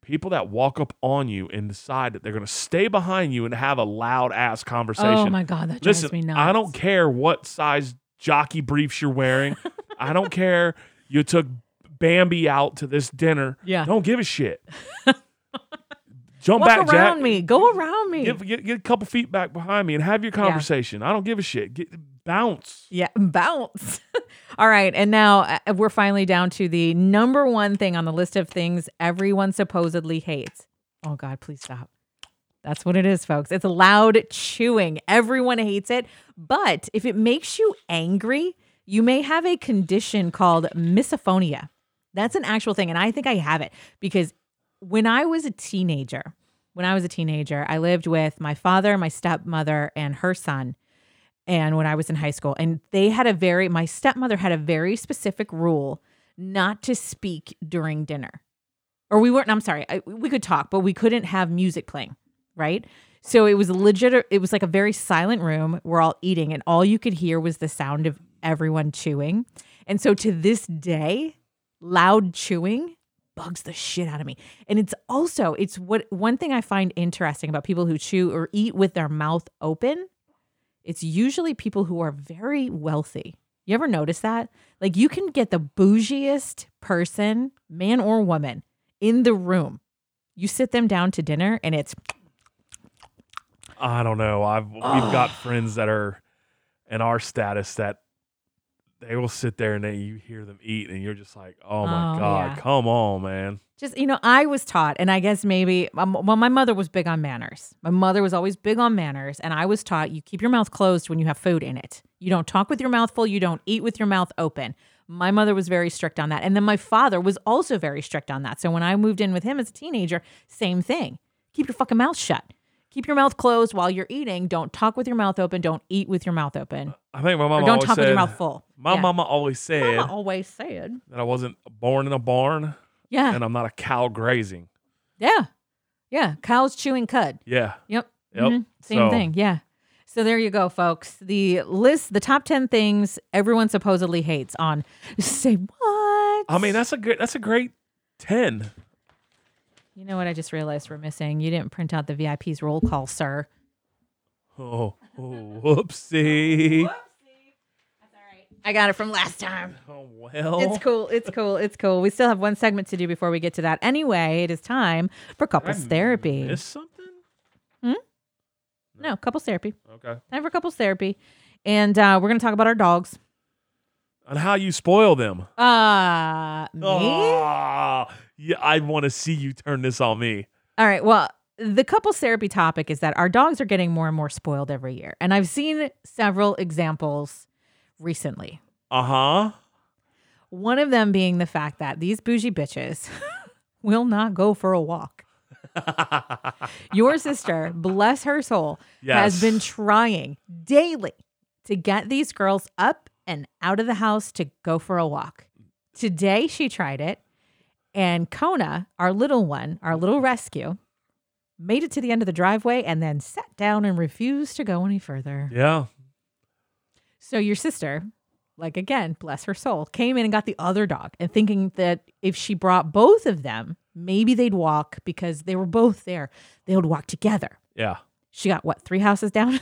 People that walk up on you and decide that they're going to stay behind you and have a loud ass conversation. Oh my god, that drives Listen, me nuts. I don't care what size jockey briefs you're wearing. I don't care you took Bambi out to this dinner. Yeah. Don't give a shit. Jump Walk back, around Jack. me. Go around me. Get, get, get a couple feet back behind me and have your conversation. I don't give a shit. Get, bounce. Yeah, bounce. All right. And now uh, we're finally down to the number one thing on the list of things everyone supposedly hates. Oh, God, please stop. That's what it is, folks. It's loud chewing. Everyone hates it. But if it makes you angry, you may have a condition called misophonia. That's an actual thing. And I think I have it because when I was a teenager, when I was a teenager, I lived with my father, my stepmother, and her son and when I was in high school. And they had a very, my stepmother had a very specific rule not to speak during dinner. Or we weren't, I'm sorry, I, we could talk, but we couldn't have music playing, right? So it was legit, it was like a very silent room. We're all eating, and all you could hear was the sound of everyone chewing. And so to this day, loud chewing bugs the shit out of me. And it's also, it's what one thing I find interesting about people who chew or eat with their mouth open it's usually people who are very wealthy. You ever notice that? Like you can get the bougiest person, man or woman, in the room. You sit them down to dinner and it's I don't know. I've we've got friends that are in our status that they will sit there and they, you hear them eat and you're just like, oh my Oh, god, yeah. come on, man. just, you know, I was taught, and I guess maybe, um, well, my mother was big on manners. My mother was always big on manners. And I was taught you keep your mouth closed when you have food in it. You don't talk with your mouth full, you don't eat with your mouth open. My mother was very strict on that. And then my father was also very strict on that. So when I moved in with him as a teenager, same thing. Keep your fucking mouth shut. Keep your mouth closed while you're eating. Don't talk with your mouth open. Don't eat with your mouth open. I think my Or mama don't always talk with said- your mouth full. My Yeah. mama always said Mama always said. that I wasn't born in a barn Yeah. and I'm not a cow grazing. yeah. Yeah. Cows chewing cud. Yeah. Yep. Yep. Mhm. Same So- thing. Yeah. So there you go, folks. The list, the top 10 things everyone supposedly hates on Say What? I mean, that's a good that's a great 10. you know what I just realized we're missing? You didn't print out the VIP's roll call, sir. Oh, oh whoopsie. I got it from last time. Oh well. It's cool. It's cool. It's cool. We still have one segment to do before we get to that. Anyway, it is time for Did I couples therapy. Miss something? No, couples therapy. Okay. Time for couples therapy. And uh, we're going to talk about our dogs. And how you spoil them. Uh, me? Oh, yeah, I want to see you turn this on me. All right. Well, the couples therapy topic is that our dogs are getting more and more spoiled every year. And I've seen several examples recently. Uh huh. One of them being the fact that these bougie bitches will not go for a walk. Your sister, bless her soul, Yes. has been trying daily to get these girls up and out of the house to go for a walk. Today she tried it, and Kona, our little one, our little rescue, made it to the end of the driveway and then sat down and refused to go any further. Yeah. So your sister, like again, bless her soul, came in and got the other dog and thinking that if she brought both of them, maybe they'd walk because they were both there. They would walk together. Yeah. She got what, three houses down?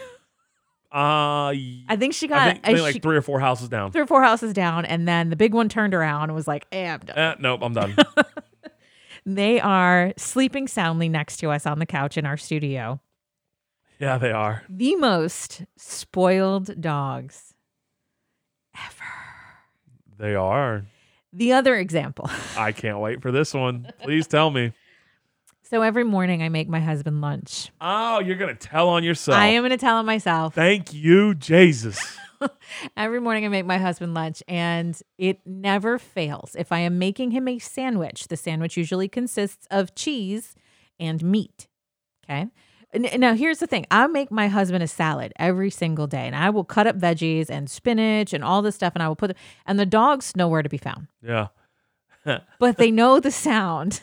Uh, I think she got think, I think uh, like she- three or four houses down. three or four houses down, and then the big one turned around and was like, eh, I'm done. Eh, nope, I'm done. They are sleeping soundly next to us on the couch in our studio. yeah, they are. The most spoiled dogs. They are. The other example. I can't wait for this one. Please tell me. So every morning I make my husband lunch. Oh, you're gonna tell on yourself. I am going to tell him myself. Thank you, Jesus. Every morning I make my husband lunch and it never fails. If I am making him a sandwich, the sandwich usually consists of cheese and meat. Okay. N- Now, here's the thing I make my husband a salad every single day and I will cut up veggies and spinach and all this stuff and I will put them, and the dog's nowhere to be found, yeah. but they know the sound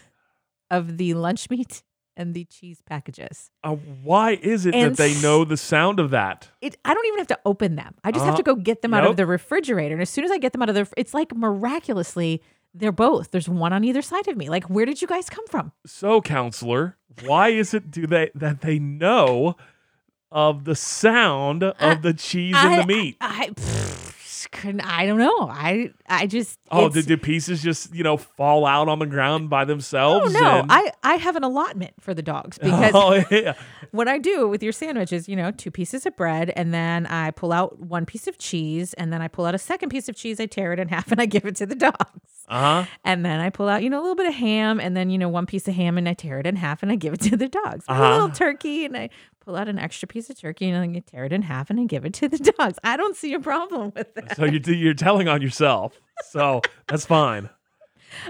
of the lunch meat and the cheese packages. Uh, why is it And that they s- know the sound of that? it, I don't even have to open them. I just have Uh, to go get them out yep. of the refrigerator. And as soon as I get them out of the, it's like miraculously, they're both. There's one on either side of me. Like, where did you guys come from? So, counselor, why is it do they that they know of the sound of the cheese and the meat? I, I, pfft, couldn't, I don't know. I, I just. Oh, it's- did, did pieces just you know fall out on the ground by Oh themselves? no! and- I, I have an allotment for the dogs because oh yeah, what I do with your sandwich is, you know, two pieces of bread, and then I pull out one piece of cheese, and then I pull out a second piece of cheese. I tear it in half, and I give it to the dogs. uh huh. And then I pull out, you know, a little bit of ham and then, you know, one piece of ham and I tear it in half and I give it to the dogs. And A Uh-huh. little turkey and I pull out an extra piece of turkey and then I tear it in half and I give it to the dogs. I don't see a problem with it. So you're you're telling on yourself. So that's fine.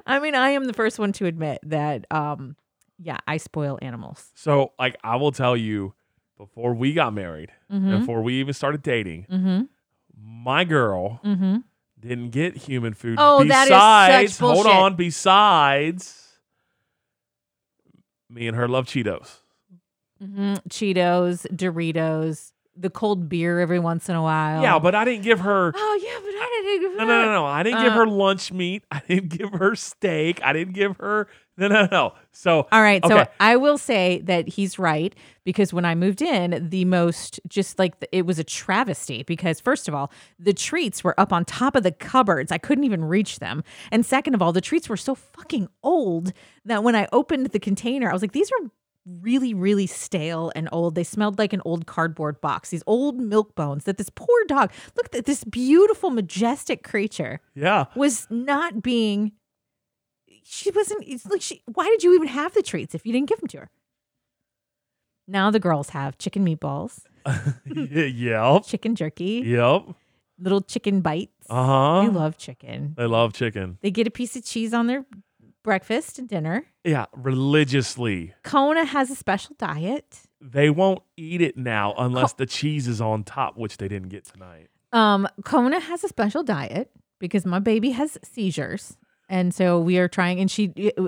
I mean, I am the first one to admit that, um, yeah, I spoil animals. So like I will tell you, before we got married, Mm before we even started dating, hmm. Mm my girl hmm. Mm hmm. didn't get human food. Oh, that is such besides, hold bullshit. on. Besides, me and her love Cheetos. hmm Cheetos, Doritos, the cold beer every once in a while. Yeah, but I didn't give her. Oh, yeah, but I didn't. No, no, no, no. I didn't give Uh. her lunch meat. I didn't give her steak. I didn't give her. No, no, no. So All right. So Okay. I will say that he's right because when I moved in, the most just like the, it was a travesty because, first of all, the treats were up on top of the cupboards. I couldn't even reach them. And second of all, the treats were so fucking old that when I opened the container, I was like, these are really, really stale and old. They smelled like an old cardboard box, these old milk bones that this poor dog, look at this beautiful, majestic creature yeah, was not being she wasn't it's like she why did you even have the treats if you didn't give them to her now the girls have chicken meatballs yep, chicken jerky yep. little chicken bites Uh huh. they love chicken they love chicken. they get a piece of cheese on their breakfast and dinner Yeah, religiously. kona has a special diet They won't eat it now unless the cheese is on top, which they didn't get tonight. um kona has a special diet because my baby has seizures and so we are trying and she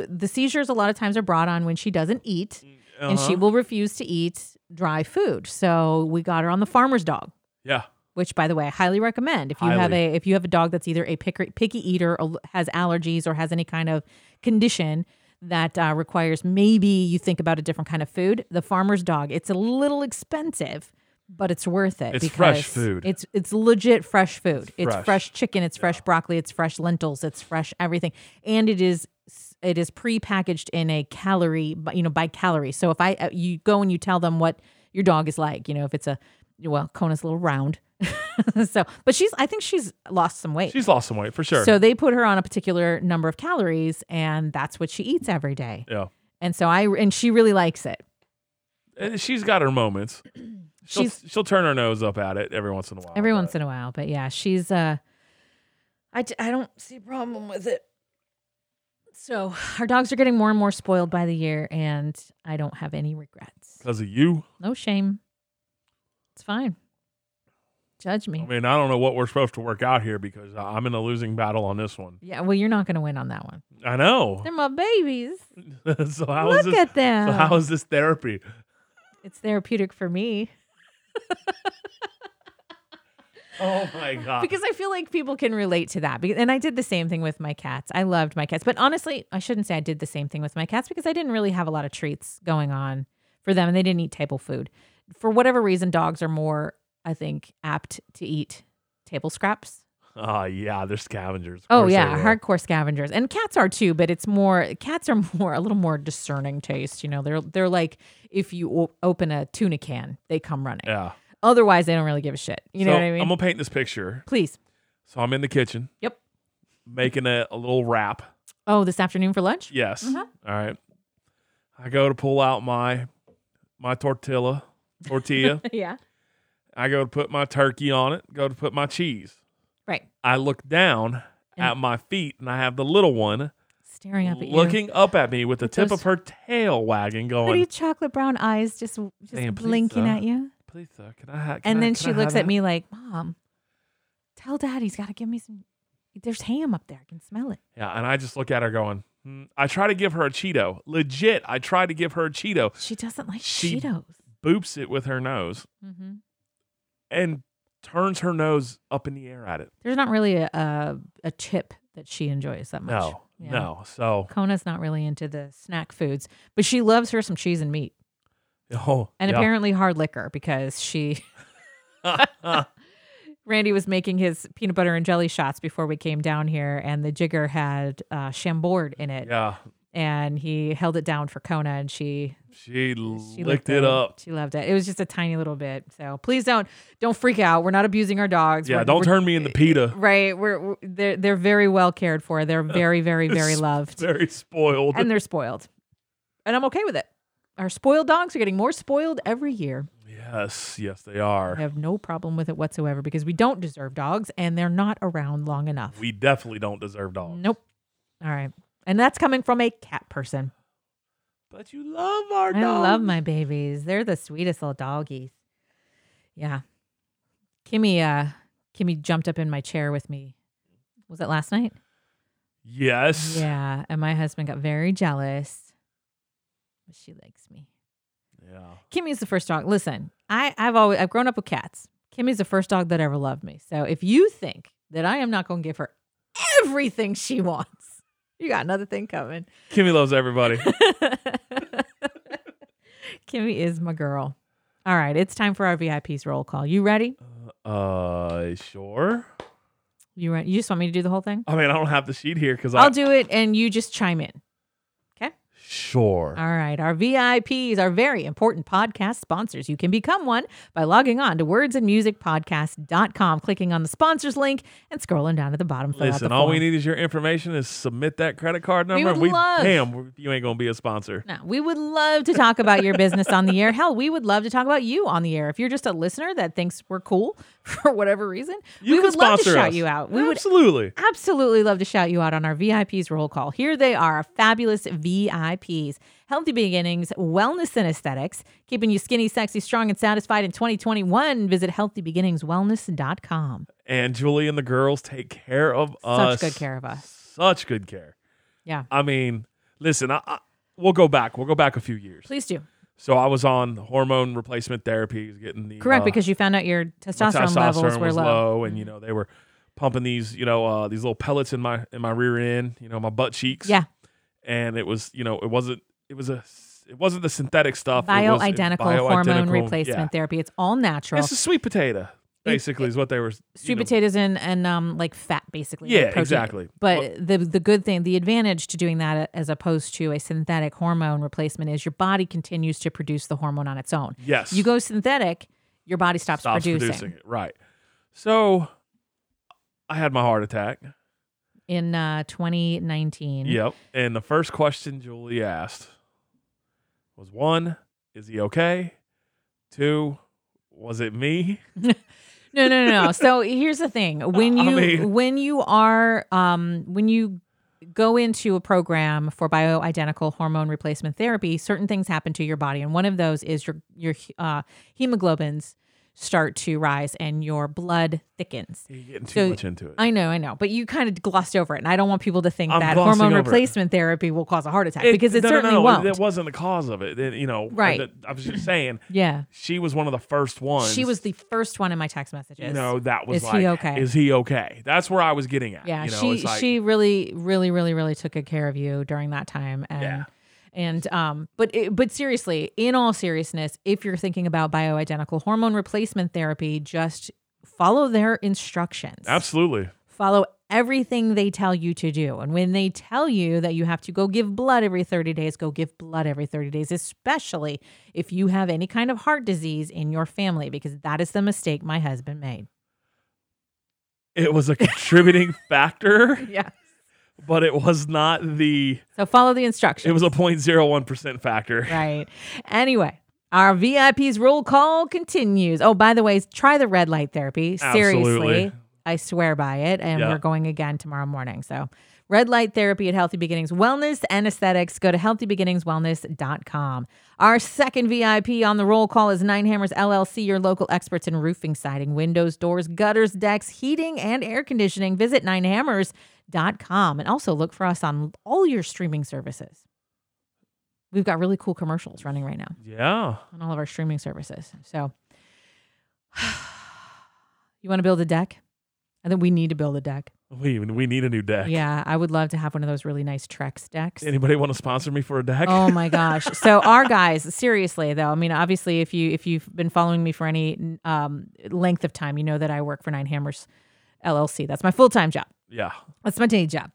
the seizures a lot of times are brought on when she doesn't eat and she Uh-huh. will refuse to eat dry food. So we got her on the farmer's dog, Yeah. which by the way, I highly recommend if you have Highly. a if you have a dog that's either a picky, picky eater or has allergies or has any kind of condition that uh, requires maybe you think about a different kind of food. The farmer's dog, it's a little expensive, but it's worth it. It's fresh because food. It's it's legit fresh food. It's fresh, fresh. chicken. It's fresh broccoli. It's fresh lentils. It's fresh everything, and it is it is prepackaged in a calorie, you know, by calorie. So if I uh, you go and you tell them what your dog is like, you know, if it's a well, Kona's a little round, so but she's I think she's lost some weight. She's lost some weight for sure. So they put her on a particular number of calories, and that's what she eats every day. yeah. And so I and she really likes it. And she's got her moments. She'll, She's- she'll turn her nose up at it every once in a while. every once in a while but yeah she's uh I, d- I don't see a problem with it so our dogs are getting more and more spoiled by the year and i don't have any regrets Because of you. no shame it's fine judge me I mean, I don't know what we're supposed to work out here because I- I'm in a losing battle on this one. yeah well you're not going to win on that one I know. they're my babies so how is look this? at them So how is this therapy? it's therapeutic for me Oh my god. because I feel like people can relate to that. Be- And I did the same thing with my cats. I loved my cats, but honestly, I shouldn't say I did the same thing with my cats because I didn't really have a lot of treats going on for them, and they didn't eat table food. For whatever reason, dogs are more, I think, apt to eat table scraps. oh yeah, they're scavengers. Of Oh course yeah, they will. hardcore scavengers, and cats are too. But it's more cats are more a little more discerning taste. You know, they're they're like if you o- open a tuna can, they come running. Yeah. Otherwise, they don't really give a shit. You know So what I mean? I'm gonna paint this picture. Please. So I'm in the kitchen. Yep. Making a, a little wrap. Oh, this afternoon for lunch. Yes. Mhm. All right. I go to pull out my my tortilla tortilla. Yeah. I go to put my turkey on it. Go to put my cheese. Right. I look down And- at my feet, and I have the little one Staring up at you. looking up at me with the With tip those- of her tail wagging, going, pretty chocolate brown eyes just just Damn, please, blinking uh, at you. "Please, sir, can I?" Ha- can and I- then can she I looks have at that?" me like, "Mom, tell Dad he's got to give me some. There's ham up there. I can smell it." Yeah, and I just look at her, going, "Hmm." "I try to give her a Cheeto. Legit, I try to give her a Cheeto. She doesn't like She- Cheetos. Boops it with her nose Mm-hmm. and turns her nose up in the air at it. There's not really a, a a chip that she enjoys that much. No, Yeah. no. So, Kona's not really into the snack foods, but she loves her some cheese and meat, oh, and yeah. apparently hard liquor because she Randy was making his peanut butter and jelly shots before we came down here, and the jigger had uh, Chambord in it, yeah, and he held it down for Kona, and she she, she licked it up. She loved it. It was just a tiny little bit. So please don't don't freak out. We're not abusing our dogs. Yeah, We're- don't we're- turn me into PETA. Right, we're, we're they're they're very well cared for. They're very very very loved, Very spoiled. and they're spoiled, and I'm okay with it. Our spoiled dogs are getting more spoiled every year. yes, yes, they are. I have no problem with it whatsoever because we don't deserve dogs, and they're not around long enough. We definitely don't deserve dogs. Nope. All right. And that's coming from a cat person. But you love our I dogs. love my babies. They're the sweetest little doggies. Yeah. Kimmy uh Kimmy jumped up in my chair with me. Was it last night? Yes. Yeah, and my husband got very jealous. But she likes me. Yeah. Kimmy's the first dog. Listen, I, I've always I've grown up with cats. Kimmy's the first dog that ever loved me. So if you think that I am not going to give her everything she wants, you got another thing coming. Kimmy loves everybody. Kimmy is my girl. All right, it's time for our VIP's roll call. You ready? uh, sure. You ready? You just want me to do the whole thing? I mean, I don't have the sheet here because I I'll do it, and you just chime in. sure. All right, our VIPs are very important podcast sponsors. You can become one by logging on to wordsandmusicpodcast.com, clicking on the sponsors link, and scrolling down to the bottom. Fill out Listen, the all form. we need is your information. Is submit that credit card number. would and love- damn, we- you ain't gonna be a sponsor. No, we would love to talk about your business on the air. Hell, we would love to talk about you on the air. If you're just a listener that thinks we're cool for whatever reason, You we can would love to sponsor shout us. you out. We would Absolutely. absolutely love to shout you out on our VIPs roll call. Here they are, our fabulous VIPs. Healthy Beginnings Wellness and Aesthetics, keeping you skinny, sexy, strong, and satisfied in 2021. Visit healthybeginningswellness.com. And Julie and the girls take care of us. Such good care of us. Such good care. Yeah. I mean, listen, I, I, we'll go back. We'll go back a few years. Please do. So I was on hormone replacement therapy, getting the Correct, uh, because you found out your my testosterone, levels testosterone were was low. Mm-hmm. and you know they were pumping these you know uh, these little pellets in my in my rear end, you know my butt cheeks. Yeah. and it was you know it wasn't it was a it wasn't the synthetic stuff. It was- it- Bioidentical hormone bioidentical, replacement therapy. It's all Yeah. natural. It's a sweet potato, basically, is what they were. you sweet know, potatoes and and um like fat basically like Yeah, protein. exactly. but the the good thing the advantage to doing that as opposed to a synthetic hormone replacement is your body continues to produce the hormone on its own Yes, you go synthetic your body stops, stops producing, it. Right. So I had my heart attack. in uh 2019 Yep. And the first question Julie asked was one, is he okay? Two, was it me? no no no no so here's the thing when I you mean- when you are um when you go into a program for bioidentical hormone replacement therapy certain things happen to your body and one of those is your your uh, hemoglobins start to rise and your blood thickens You're getting too So, much into it. I know, I know, but you kind of glossed over it, and I don't want people to think I'm that glossing hormone over it. replacement therapy will cause a heart attack It- because it no, no, certainly no, won't. That wasn't the cause of it. It- you know, Right. that- I was just saying, yeah, she was one of the first ones. she was the first one in my text messages. You know, that was Is like, he okay? is he okay? That's where I was getting at. yeah, you know, she it's like, she really, really, really, really took good care of you during that time, and Yeah. and um, but it, but seriously, in all seriousness, if you're thinking about bioidentical hormone replacement therapy, just follow their instructions. absolutely. Follow everything they tell you to do. And when they tell you that you have to go give blood every 30 days, go give blood every 30 days, especially if you have any kind of heart disease in your family, because that is the mistake my husband made. It was a contributing factor, Yeah. but it was not the. So follow the instructions. It was a 0.01 percent factor. right. Anyway, our VIP's roll call continues. Oh, by the way, try the red light therapy. Seriously. Absolutely. I swear by it. And Yeah. we're going again tomorrow morning. So, red light therapy at Healthy Beginnings Wellness and Aesthetics. Go to healthybeginningswellness.com. Our second VIP on the roll call is Nine Hammers LLC, your local experts in roofing, siding, windows, doors, gutters, decks, heating, and air conditioning. Visit ninehammers.com and also look for us on all your streaming services. We've got really cool commercials running right now Yeah. on all of our streaming services. So, you want to build a deck? I think we need to build a deck. We we need a new deck. Yeah, I would love to have one of those really nice Trex decks. Anybody want to sponsor me for a deck? Oh my gosh! So our guys, seriously though, I mean, obviously, if you if you've been following me for any um, length of time, you know that I work for Nine Hammers LLC. That's my full time job. Yeah. That's my day job.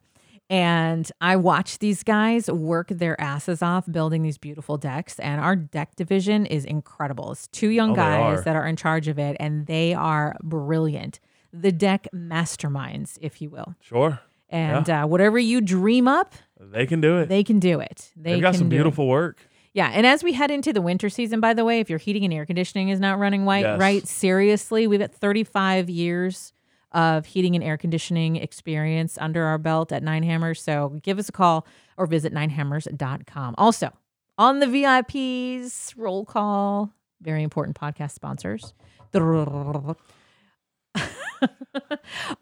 And I watch these guys work their asses off building these beautiful decks. And our deck division is incredible. It's two young Oh, they guys are. that are in charge of it, and they are brilliant. The deck masterminds, if you will. Sure. And uh, whatever you dream up, They can do it. they can do it. They have got can some do it. beautiful work. Yeah, and as we head into the winter season, by the way, if your heating and air conditioning is not running white, Yes. right? Seriously, we've got 35 years of heating and air conditioning experience under our belt at Nine Hammers. So give us a call or visit ninehammers.com. Also, on the VIPs roll call, very important podcast sponsors.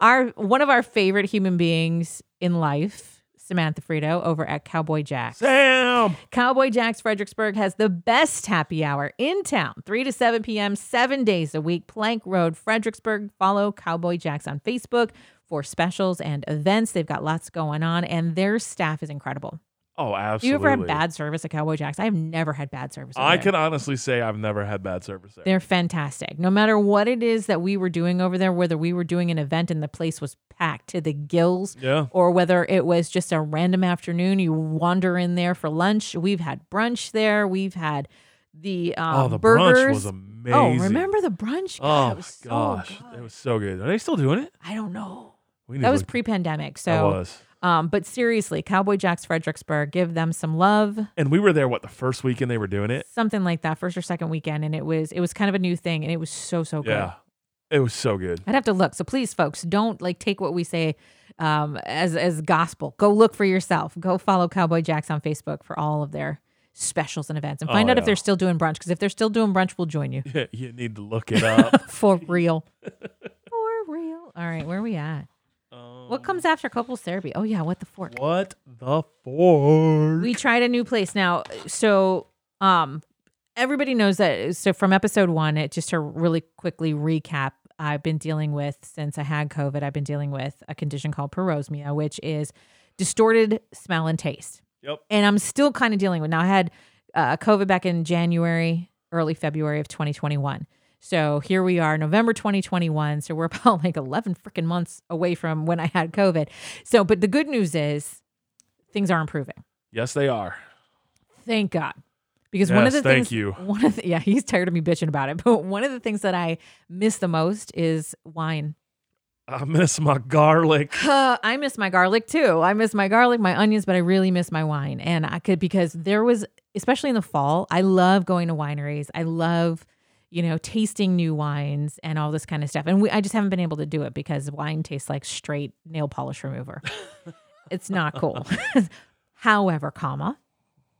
our one of our favorite human beings in life, Samantha Frito, over at Cowboy Jack's. Sam. Cowboy Jack's Fredericksburg has the best happy hour in town, 3 to 7 p.m., seven days a week, Plank Road, Fredericksburg. Follow Cowboy Jack's on Facebook for specials and events. They've got lots going on, and their staff is incredible. Oh, Do absolutely. You ever had bad service at Cowboy Jack's? I have never had bad service. over I there. can honestly say I've never had bad service there. They're fantastic. No matter what it is that we were doing over there, whether we were doing an event and the place was packed to the gills, Yeah. or whether it was just a random afternoon, you wander in there for lunch. We've had brunch there. We've had the um, oh, the burgers. brunch was amazing. Oh, remember the brunch? God, Oh it was so gosh, good. it was so good. Are they still doing it? I don't know. We need That to was look- pre-pandemic, That so. was. Um, but seriously, Cowboy Jack's Fredericksburg, give them some love. And we were there what the first weekend they were doing it. Something like that, first or second weekend, and it was it was kind of a new thing, and it was so so good. Yeah, it was so good. I'd have to look. So please, folks, don't like take what we say um, as as gospel. Go look for yourself. Go follow Cowboy Jacks on Facebook for all of their specials and events, and find Oh, out if yeah. they're still doing brunch. Because if they're still doing brunch, we'll join you you need to look it up. for real. for real. All right, where are we at? What comes after couples therapy? Oh yeah, what the fork? What the fork? We tried a new place now. So, um, everybody knows that. So, from episode one, it just to really quickly recap, I've been dealing with since I had COVID. I've been dealing with a condition called parosmia, which is distorted smell and taste. Yep. And I'm still kind of dealing with. Now, I had uh, COVID back in January, early February of 2021. So here we are, November 2021. So we're about like 11 freaking months away from when I had COVID. So, but the good news is things are improving. Yes, they are. Thank God. Because one of the Yes, thank things, you. one of the, yeah, he's tired of me bitching about it. But one of the things that I miss the most is wine. I miss my garlic. Uh, I miss my garlic too. I miss my garlic, my onions, but I really miss my wine. And I could because there was, especially in the fall, I love going to wineries. I love, you know, tasting new wines and all this kind of stuff. And we, I just haven't been able to do it because wine tastes like straight nail polish remover. it's not cool. However, comma,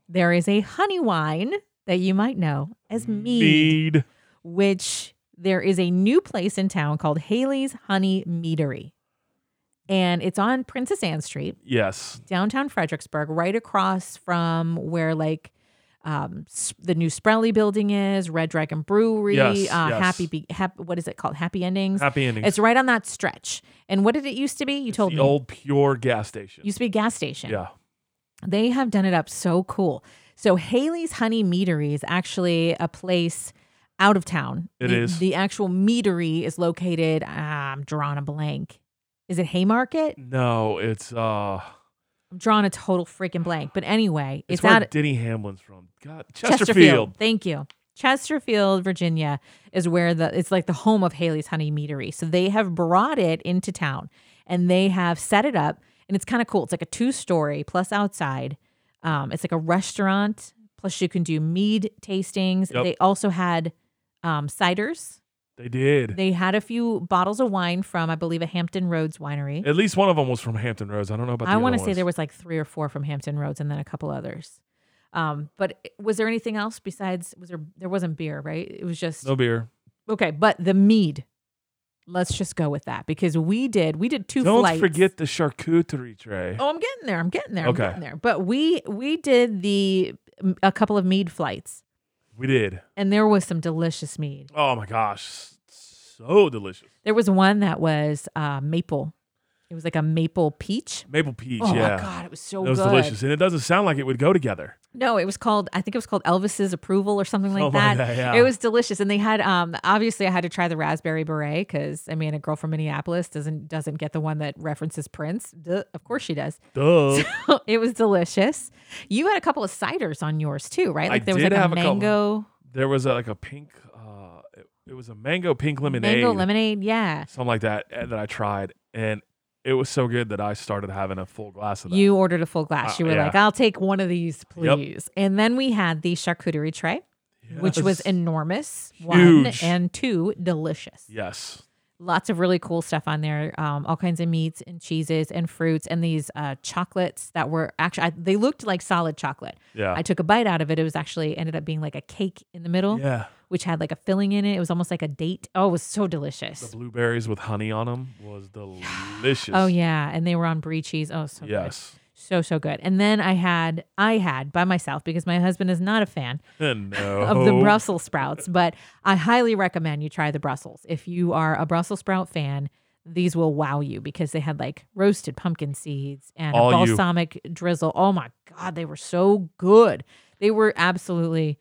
there is a honey wine that you might know as mead Need. which there is a new place in town called Haley's Honey Meadery. And it's on Princess Anne Street, Yes. downtown Fredericksburg, right across from where like um, s- the new Sprelly building is, Red Dragon Brewery, Yes, uh, yes. Happy, Be- Hap- what is it called? Happy Endings. Happy ending. It's right on that stretch. And what did it used to be? You told the me. old pure gas station. used to be a gas station yeah. they have done it up so cool. So Haley's Honey Meadery is actually a place out of town. It the, is. The actual meadery is located. Ah, I'm drawing a blank. Is it Haymarket? No, it's uh, I'm drawing a total freaking blank. But anyway, it's, it's, where out Denny Hamlin's from. God, Chesterfield. Chesterfield. Thank you. Chesterfield, Virginia is where the it's like the home of Haley's Honey Meadery. So they have brought it into town and they have set it up and it's kind of cool. It's like a two story plus outside. Um, it's like a restaurant. Plus, you can do mead tastings. Yep. They also had um, ciders. They did. They had a few bottles of wine from, I believe, a Hampton Roads winery. At least one of them was from Hampton Roads. I don't know about. The I want to say there was like three or four from Hampton Roads, and then a couple others. Um, but was there anything else besides? Was there? There wasn't beer, right? It was just no beer. okay. But the mead. Let's just go with that because we did. We did 2 Don't flights. forget the charcuterie tray. Oh, I'm getting there. I'm getting there. Okay. I'm getting there. But we we did the a couple of mead flights, We did. and there was some delicious mead. Oh my gosh, so delicious. There was one that was uh, maple. It was like a maple peach. Maple peach. Oh yeah, my god, it was so that was good. delicious, and it doesn't sound like it would go together. No, it was called. I think it was called Elvis's Approval or something like Oh my that. God, yeah. It was delicious, and they had. Um, obviously, I had to try the raspberry beret because I mean, a girl from Minneapolis doesn't doesn't get the one that references Prince. Duh, of course, she does. Duh. it was delicious. You had a couple of ciders on yours too, right? I Like there was did like have a a couple. mango, there was a, like a pink. Uh, it, it was a mango pink lemonade, mango lemonade. Yeah, something like that uh, that I tried, and it was so good that I started having a full glass of that. you ordered a full glass. Uh, you were yeah. like, "I'll take one of these, please." And then we had the charcuterie tray, which was Yes. enormous. One Huge. and two, delicious. Yes. Lots of really cool stuff on there. Um, all kinds of meats and cheeses and fruits and these uh, chocolates that were actually I, they looked like solid chocolate. Yeah. I took a bite out of it. It was actually ended up being like a cake in the middle. yeah. which had like a filling in it. It was almost like a date. Oh, it was so delicious. The blueberries with honey on them was delicious. Oh yeah, and they were on brie cheese. Oh, so good. Yes. so so good. And then I had I had by myself because my husband is not a fan no. of the Brussels sprouts, but I highly recommend you try the Brussels. If you are a Brussels sprout fan, these will wow you because they had like roasted pumpkin seeds and All a you. balsamic drizzle. Oh my god, they were so good. They were absolutely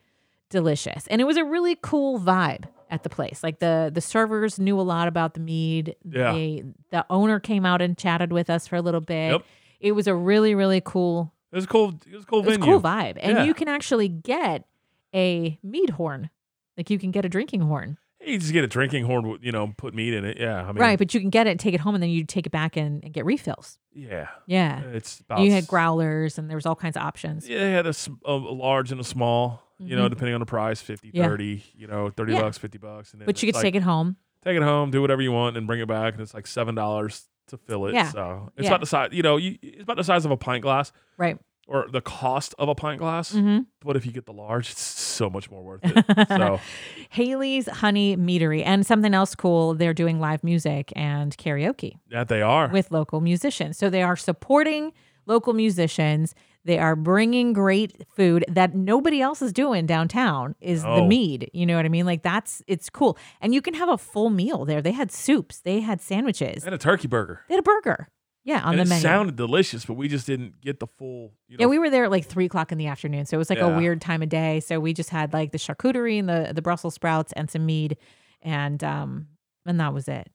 delicious. And it was a really cool vibe at the place. Like the the servers knew a lot about the mead. Yeah. They, the owner came out and chatted with us for a little bit. Yep. It was a really really cool It was a cool. It was a cool it's a venue. cool vibe. And Yeah. you can actually get a mead horn. Like you can get a drinking horn. You just get a drinking horn, with, you know, put meat in it. Yeah, I mean, right. But you can get it, take it home, and then you take it back and, and get refills. Yeah, Yeah. it's about you had s- growlers and there was all kinds of options. Yeah, they had a, s- a large and a small. You know, Mhm. depending on the price, 50, Yeah. 30, You know, thirty Yeah. bucks, fifty bucks, and then But you it's could like, take it home. take it home, do whatever you want, and bring it back, and it's like seven dollars to fill it. Yeah. So it's Yeah. about the size. You know, you, it's about the size of a pint glass Right. or the cost of a pint glass. hmm But if you get the large, it's so much more worth it. so Haley's Honey Meadery. And something else cool, they're doing live music and karaoke. that they are. with local musicians. So they are supporting local musicians. They are bringing great food that nobody else is doing downtown is the No. mead. You know what I mean? Like that's it's cool. And you can have a full meal there. They had soups, they had sandwiches. and a turkey burger. They had a burger. Yeah, on and the it menu. sounded delicious, but we just didn't get the full. You know, yeah, we were there at like three o'clock in the afternoon. So it was like Yeah. a weird time of day. So we just had like the charcuterie and the the Brussels sprouts and some mead and um and that was it.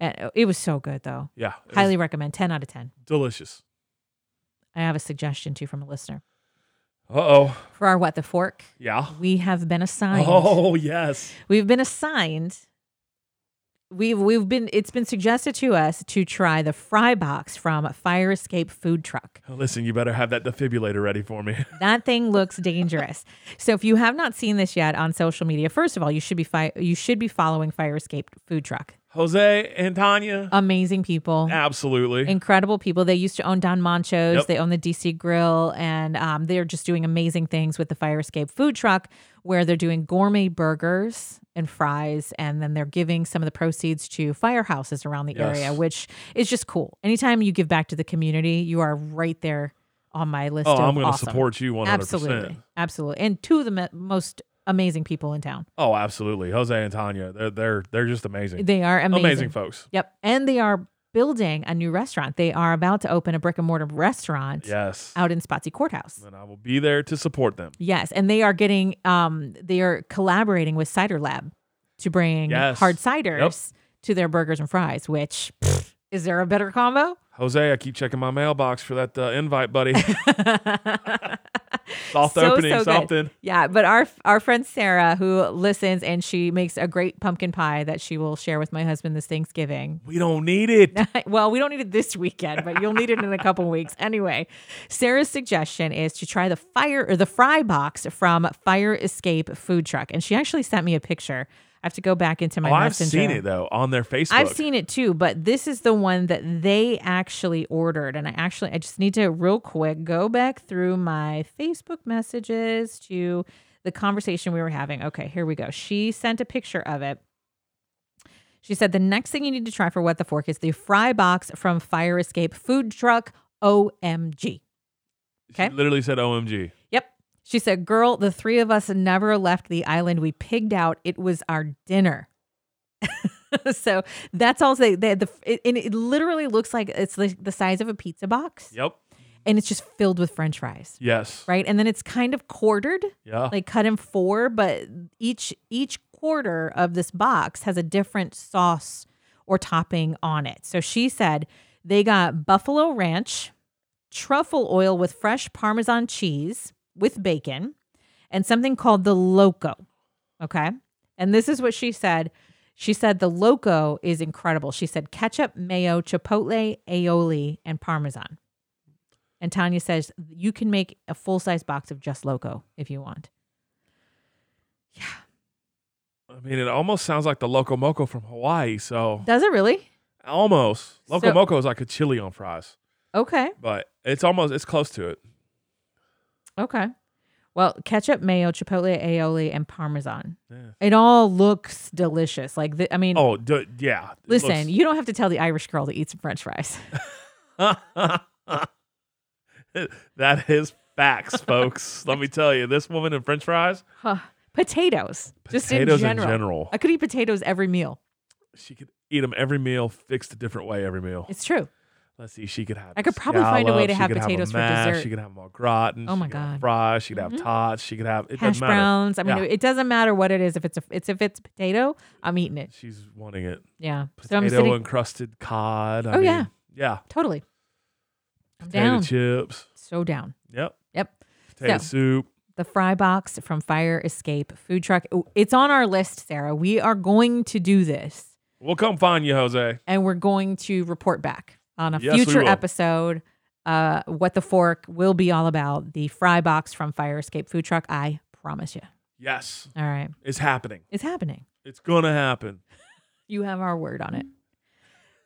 And it was so good though. yeah, it was Highly recommend. Ten out of ten. delicious. I have a suggestion too from a listener. Uh oh. for our what the fork Yeah. we have been assigned Oh yes. we've been assigned we've we've been it's been suggested to us to try the fry box from fire escape food truck Oh, Listen, you better have that defibrillator ready for me. that thing looks dangerous so if you have not seen this yet on social media first of all you should be fi- you should be following fire escape food truck Jose and Tanya. amazing people Absolutely. incredible people. They used to own Don Mancho's. Yep. They own the DC Grill, and um, they're just doing amazing things with the Fire Escape Food Truck, where they're doing gourmet burgers and fries, and then they're giving some of the proceeds to firehouses around the Yes. area, which is just cool. Anytime you give back to the community, you are right there on my list. oh, of I'm going to awesome. support you 100%. Absolutely, absolutely, and two of the me- most amazing people in town. Oh, absolutely. Jose and Tanya. They're they're they're just amazing. They are amazing. amazing. folks. Yep, and they are building a new restaurant. They are about to open a brick and mortar restaurant Yes. out in Spotsy Courthouse. And I will be there to support them. Yes, and they are getting um they are collaborating with Cider Lab to bring Yes. hard ciders to their burgers and fries, which pfft, is there a better combo? Jose, I keep checking my mailbox for that uh, invite, buddy. Soft So, opening, so good. something. Yeah, but our our friend Sarah who listens and she makes a great pumpkin pie that she will share with my husband this Thanksgiving. We don't need it. well, we don't need it this weekend, but you'll need it in a couple weeks. Anyway, Sarah's suggestion is to try the fire or the fry box from Fire Escape Food Truck. And she actually sent me a picture. I have to go back into my Oh, I've messenger. seen it though on their Facebook. I've seen it too, but this is the one that they actually ordered. And I actually, I just need to real quick go back through my Facebook messages to the conversation we were having. Okay, here we go. She sent a picture of it. She said, The next thing you need to try for What the Fork is the fry box from Fire Escape Food Truck OMG. She okay. literally said OMG. Yep. She said, Girl, the three of us never left the island. We pigged out. It was our dinner. so that's all they, they the it, and it literally looks like it's like the size of a pizza box Yep. and it's just filled with french fries Yes. right and then it's kind of quartered Yeah. like cut in four but each each quarter of this box has a different sauce or topping on it so she said they got buffalo ranch truffle oil with fresh parmesan cheese with bacon and something called the loco okay and this is what she said she said the loco is incredible she said ketchup mayo chipotle aioli and parmesan and Tanya says you can make a full size box of just loco if you want. I mean, it almost sounds like the loco moco from Hawaii. So Does it really? almost loco So- moco is like a chili on fries, Okay. but it's almost it's close to it. Okay. Well, ketchup, mayo, chipotle, aioli, and parmesan. Yeah. It all looks delicious. Like the, I mean, Oh, d- yeah. It listen, looks- you don't have to tell the Irish girl to eat some French fries. that is facts, folks. Let me tell you, this woman in French fries, Huh. Potatoes, just in potatoes general. in general, I could eat potatoes every meal. she could eat them every meal, fixed a different way every meal. It's true. Let's see, she could have. I could probably find a way scallops, to she have could a potatoes for mash, dessert. She could have them au gratin. Oh my she could have God. fries. She could have Mhm. tots. She could have. It Hash doesn't matter. browns. I mean, Yeah. it doesn't matter what it is. If it's a, it's if it's potato, I'm eating it. She's wanting it. Yeah. so Potato I'm sitting encrusted cod. I Oh, mean, yeah. yeah. totally. I'm Potato down. chips. So down. Yep. Yep. Potato So- soup. the fry box from Fire Escape Food Truck. Ooh, It's on our list, Sarah. We are going to do this We'll come find you, Jose. and we're going to report back on a Yes, we future will. episode. Uh, what the fork will be all about the fry box from Fire Escape Food Truck. I promise you. Yes, All right. it's happening. It's happening. It's gonna happen. You have our word on it.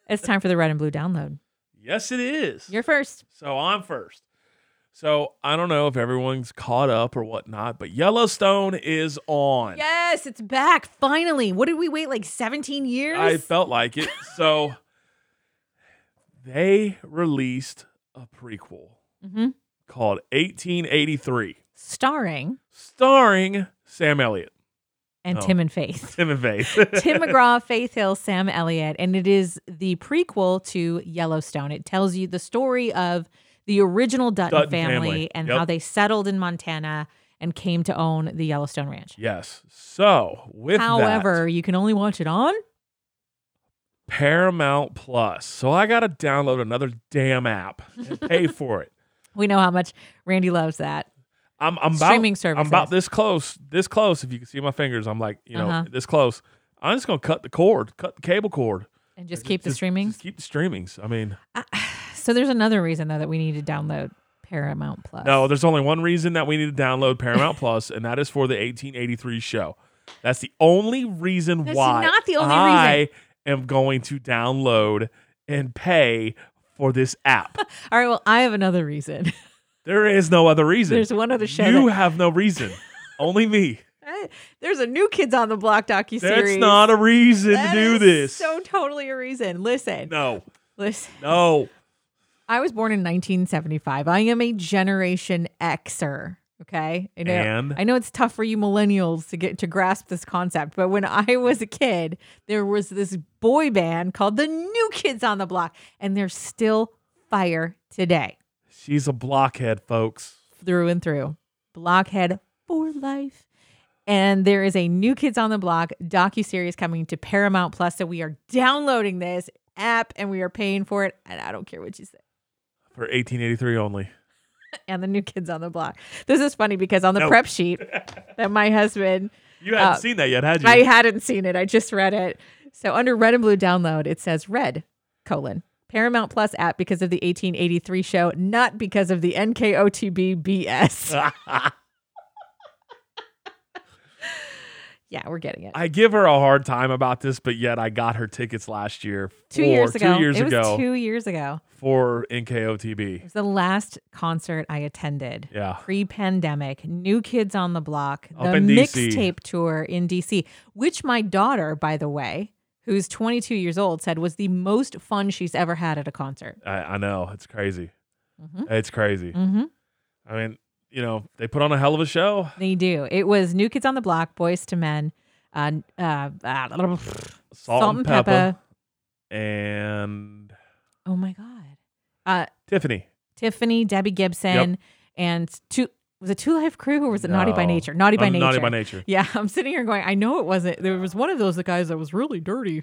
It's time for the red and blue download. Yes, it is. You're first. So I'm first. So I don't know if everyone's caught up or whatnot, but Yellowstone is on. Yes, it's back. Finally. What did we wait like 17 years? I felt like it. So they released a prequel Mhm. called 1883, Starring starring Sam Elliott, and Oh. Tim and Faith. Tim and Faith. Tim McGraw, Faith Hill, Sam Elliott, and it is the prequel to Yellowstone. It tells you the story of the original Dutton, Dutton family, family. and Yep. how they settled in Montana and came to own the Yellowstone Ranch. yes. So with However, you can only watch it on. that, Paramount Plus. So I gotta download another damn app and pay for it. We know how much Randy loves that. I'm, I'm about, Streaming I'm about services. this close. This close. If you can see my fingers, I'm like, you know, Uh-huh. this close. I'm just gonna cut the cord, cut the cable cord. And just keep the streaming. Just keep the streamings. I mean, So there's another reason though that we need to download Paramount Plus. No, there's only one reason that we need to download Paramount Plus, and that is for the 1883 show. That's the only reason That's why not the only I am going to download and pay for this app. All right. Well, I have another reason. there is no other reason. there's one other show. you that- have no reason. only me. there's a new Kids on the Block docu That's series. not a reason to do this. So totally a reason. Listen. no, Listen. no. I was born in 1975. I am a Generation Xer. Okay. I know, And? I know it's tough for you millennials to get to grasp this concept, but when I was a kid, there was this boy band called the New Kids on the Block, and they're still fire today, She's a blockhead, folks. through and through. Blockhead for life. And there is a New Kids on the Block docu series coming to Paramount Plus. So we are downloading this app and we are paying for it. And I don't care what you say. For 1883 only. and the new kids on the block. This is funny because on the No. prep sheet that my husband You hadn't Uh, seen that yet, had you? I hadn't seen it. I just read it. So under red and blue download, it says red colon Paramount Plus app because of the 1883 show, not because of the NKOTB BS. yeah, we're getting it. I give her a hard time about this, but yet I got her tickets last year. two for- years ago. Two years it was ago two years ago. for It NKOTB. was the last concert I attended. Yeah. Pre-pandemic, New Kids on the Block, Up the in DC. mixtape tour in DC, which my daughter, by the way, who's 22 years old, said was the most fun she's ever had at a concert. I, I know. It's crazy. Mhm. It's crazy. Mm-hmm. I mean, you know, they put on a hell of a show. They do. It was New Kids on the Block, Boys to Men, uh, uh, uh, Salt, Salt and and pepper. Peppa. And Oh my God. Uh, Tiffany. Tiffany, Debbie Gibson, and two was it Two Life Crew or was it Naughty by No. Nature? Naughty by Uh, Nature. Naughty by Nature. Yeah, I'm sitting here going, I know it wasn't. There was one of those guys that was really dirty.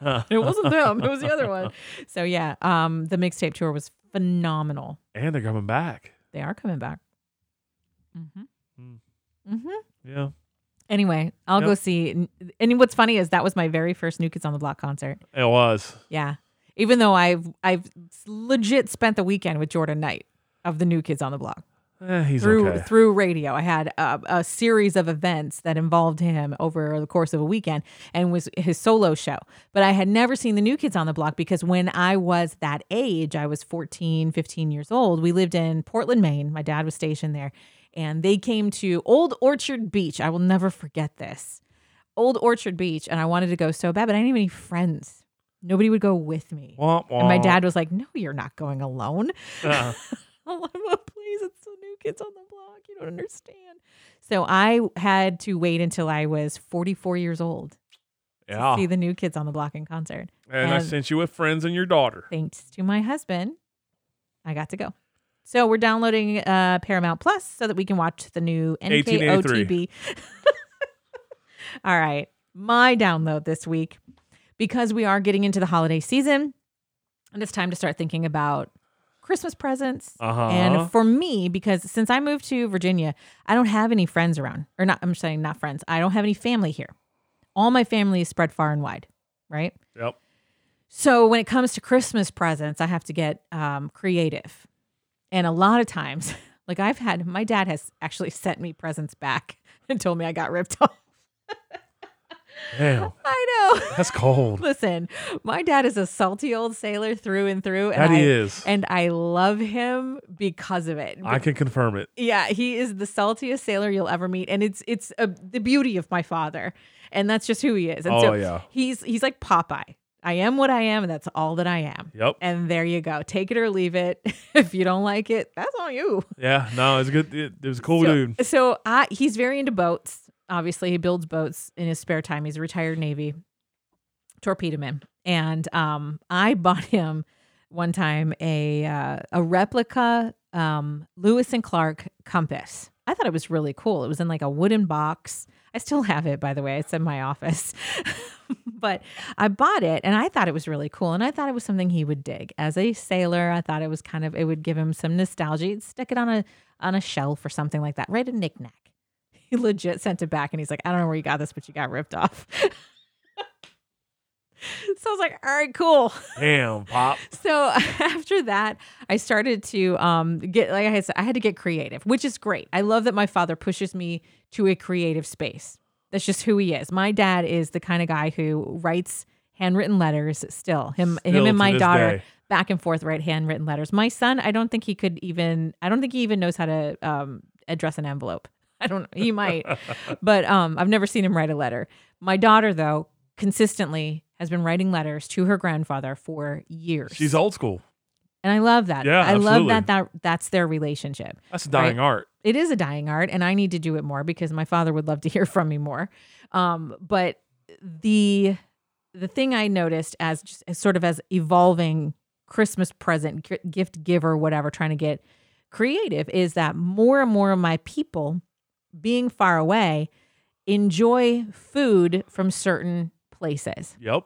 It wasn't them. It was the other one. So yeah, um, the mixtape tour was phenomenal. and they're coming back. They are coming back. Mm-hmm. Mm. Mm-hmm. Yeah. Anyway, I'll Yep. go see. And what's funny is that was my very first New Kids on the Block concert. It was. Yeah. Even though I've I've legit spent the weekend with Jordan Knight of the New Kids on the Block Eh, he's through okay. through radio. I had a, a series of events that involved him over the course of a weekend and was his solo show. But I had never seen the New Kids on the Block because when I was that age, I was 14, 15 years old. We lived in Portland, Maine. My dad was stationed there. And they came to Old Orchard Beach. I will never forget this. Old Orchard Beach, and I wanted to go so bad, but I didn't have any friends. Nobody would go with me. Womp, And my womp. dad was like, No, you're not going alone. Uh, I'm like, "Well, please, it's the new kids on the block. You don't understand. So I had to wait until I was 44 years old yeah. to see the new kids on the block in concert. and I and- sent you with friends and your daughter. Thanks to my husband, I got to go. So we're downloading uh, Paramount Plus so that we can watch the new 1883. NKOTB. All right, my download this week because we are getting into the holiday season, and it's time to start thinking about Christmas presents. Uh-huh. And for me, because since I moved to Virginia, I don't have any friends around, or not, I'm saying not friends. I don't have any family here. All my family is spread far and wide, right? yep. So when it comes to Christmas presents, I have to get um, creative. And a lot of times, like I've had, my dad has actually sent me presents back and told me I got ripped off. Damn. I know. That's cold. Listen, my dad is a salty old sailor through and through. And That I, he is. And I love him because of it. I can confirm it. Yeah, he is the saltiest sailor you'll ever meet, and it's it's uh the beauty of my father, and that's just who he is. And so Oh, yeah. he's he's like Popeye. I am what I am, and that's all that I am. Yep. And there you go. Take it or leave it. if you don't like it, that's on you. Yeah. No, it's good. It, it was a cool so, dude. So I, he's very into boats. Obviously, he builds boats in his spare time. He's a retired Navy torpedo man, and um, I bought him one time a uh, a replica um, Lewis and Clark compass. I thought it was really cool. It was in like a wooden box. I still have it, by the way. It's in my office. but I bought it and I thought it was really cool. And I thought it was something he would dig. As a sailor, I thought it was kind of it would give him some nostalgia. He'd stick it on a on a shelf or something like that. Right a knickknack. He legit sent it back and he's like, I don't know where you got this, but you got ripped off. so I was like, all right, cool Damn, Pop. so after that, I started to um, get like I said, I had to get creative, which is great. I love that my father pushes me to a creative space. That's just who he is. My dad is the kind of guy who writes handwritten letters still. Him, Still him, to and my this daughter day. back and forth write handwritten letters. My son, I don't think he could even. I don't think he even knows how to um, address an envelope. I don't. He might, but um, I've never seen him write a letter. My daughter, though, consistently has been writing letters to her grandfather for years. She's old school. And I love that. Yeah, I love absolutely. that, that that's their relationship. That's a dying art. It is a dying art, and I need to do it more because my father would love to hear from me more. Um, but the the thing I noticed as just as sort of as evolving Christmas present gi- gift giver, whatever, trying to get creative, is that more and more of my people being far away enjoy food from certain places. Yep.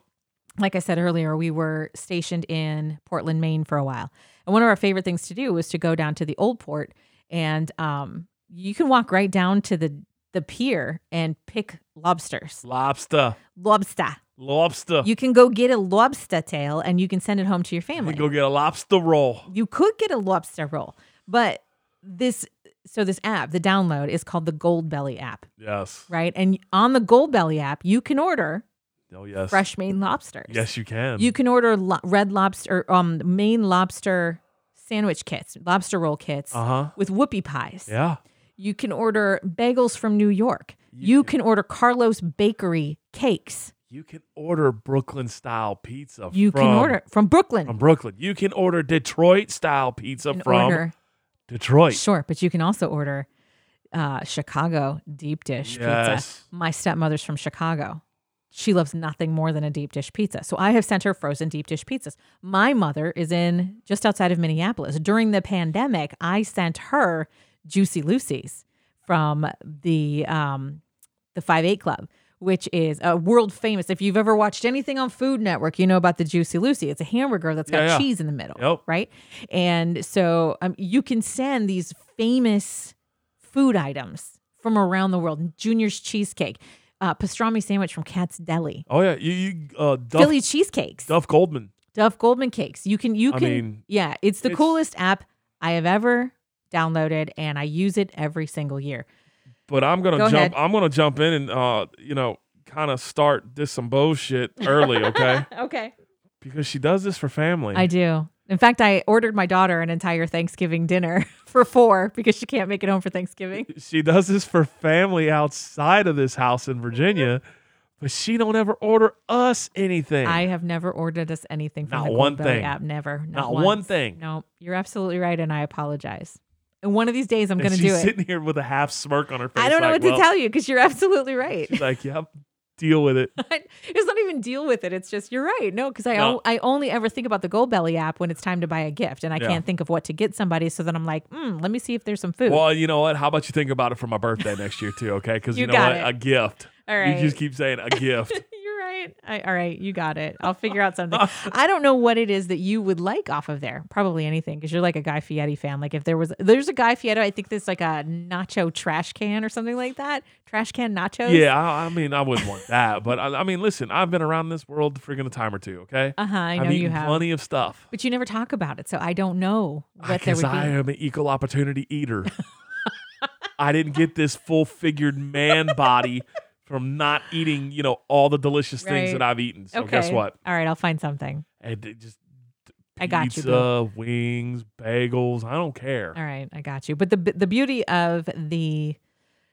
like I said earlier, we were stationed in Portland, Maine for a while. And one of our favorite things to do was to go down to the old port and um, you can walk right down to the, the pier and pick lobsters. Lobster. Lobster. Lobster. You can go get a lobster tail and you can send it home to your Oh. You family. go get a lobster roll. you could get a lobster roll, but this so this app, the download is called the Gold Belly app, Yes. right? And on the Gold Belly app, you can order Oh yes. fresh Maine lobsters. Yes, you can. You can order lo- red lobster, um, Maine lobster sandwich kits, lobster roll kits Uh huh. with whoopie pies. Yeah. You can order bagels from New York. You, You can order Carlos Bakery cakes. You can order Brooklyn style pizza. You from, can order from Brooklyn. from Brooklyn. You can order Detroit style pizza You can from order, Detroit. sure, but you can also order uh, Chicago deep dish Yes. pizza. My stepmother's from Chicago. She loves nothing more than a deep dish pizza. So I have sent her frozen deep dish pizzas. My mother is in just outside of Minneapolis. During the pandemic, I sent her Juicy Lucy's from the um, the Five Eight Club, which is a world famous. If you've ever watched anything on Food Network, you know about the Juicy Lucy. It's a hamburger that's got Yeah, yeah. cheese in the middle, Yep. right? And so um, you can send these famous food items from around the world. Junior's cheesecake, uh, pastrami sandwich from Cat's Deli, Oh yeah. You, you uh, Duff, Philly cheesecakes, Duff, Duff Goldman. Goldman cakes. You can you I can mean, yeah, it's the it's- coolest app I have ever downloaded, and I use it every single year. But I'm gonna Go jump. ahead. I'm gonna jump in and uh, you know, kind of start this some bullshit early, okay? Okay, because she does this for family. I do. In fact, I ordered my daughter an entire Thanksgiving dinner for four because she can't make it home for Thanksgiving. she does this for family outside of this house in Virginia, but she don't ever order us anything. I have never ordered us anything from Not the one Goldbelly thing. app. Never. Not once. one thing. No, you're absolutely right, and I apologize. And one of these days, I'm And going to she's do it. sitting here with a half smirk on her face. I don't know like, what "Well," to tell you because you're absolutely right. She's like, "Yep, deal with it." it's not even deal with it. It's just you're right. No, because I No. o- I only ever think about the Gold Belly app when it's time to buy a gift, and I Yeah. can't think of what to get somebody. So then I'm like, mm, let me see if there's some food. well, you know what? How about you think about it for my birthday next year too? Okay, because you, You know got what? it. A gift. All You right. just keep saying a gift. You're right. I, all right, you got it. I'll figure out something. I don't know what it is that you would like off of there. Probably anything because you're like a Guy Fieri fan. Like if there was, there's a Guy Fieri. I think there's like a nacho trash can or something like that. Trash can nachos. yeah, I, I mean, I wouldn't want that, but I, I mean, listen, I've been around this world for freaking a time or two. Okay, Uh huh. I know have eaten you have, plenty of stuff. but you never talk about it, so I don't know what there Because would be. I am an equal opportunity eater. I didn't get this full figured man body from not eating, you know, all the delicious things Right. that I've eaten. So okay. guess what? All right, I'll find something. And it just I got you, pizza, boo. wings, bagels. I don't care. All right, I got you. But the the beauty of the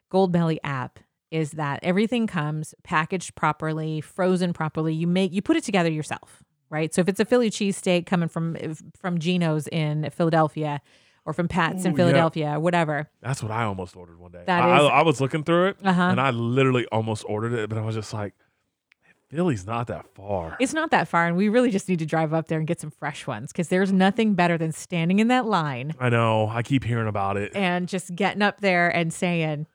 Gold Belly app is that everything comes packaged properly, frozen properly. You make you put it together yourself, right? So if it's a Philly cheesesteak coming from from Gino's in Philadelphia or from Pat's Ooh, in yeah. Philadelphia, whatever. That's what I almost ordered one day. That I, is- I, I was looking through it Uh-huh. and I literally almost ordered it, but I was just like, Philly's not that far. It's not that far and we really just need to drive up there and get some fresh ones cuz there's nothing better than standing in that line I know. I keep hearing about it. and just getting up there and saying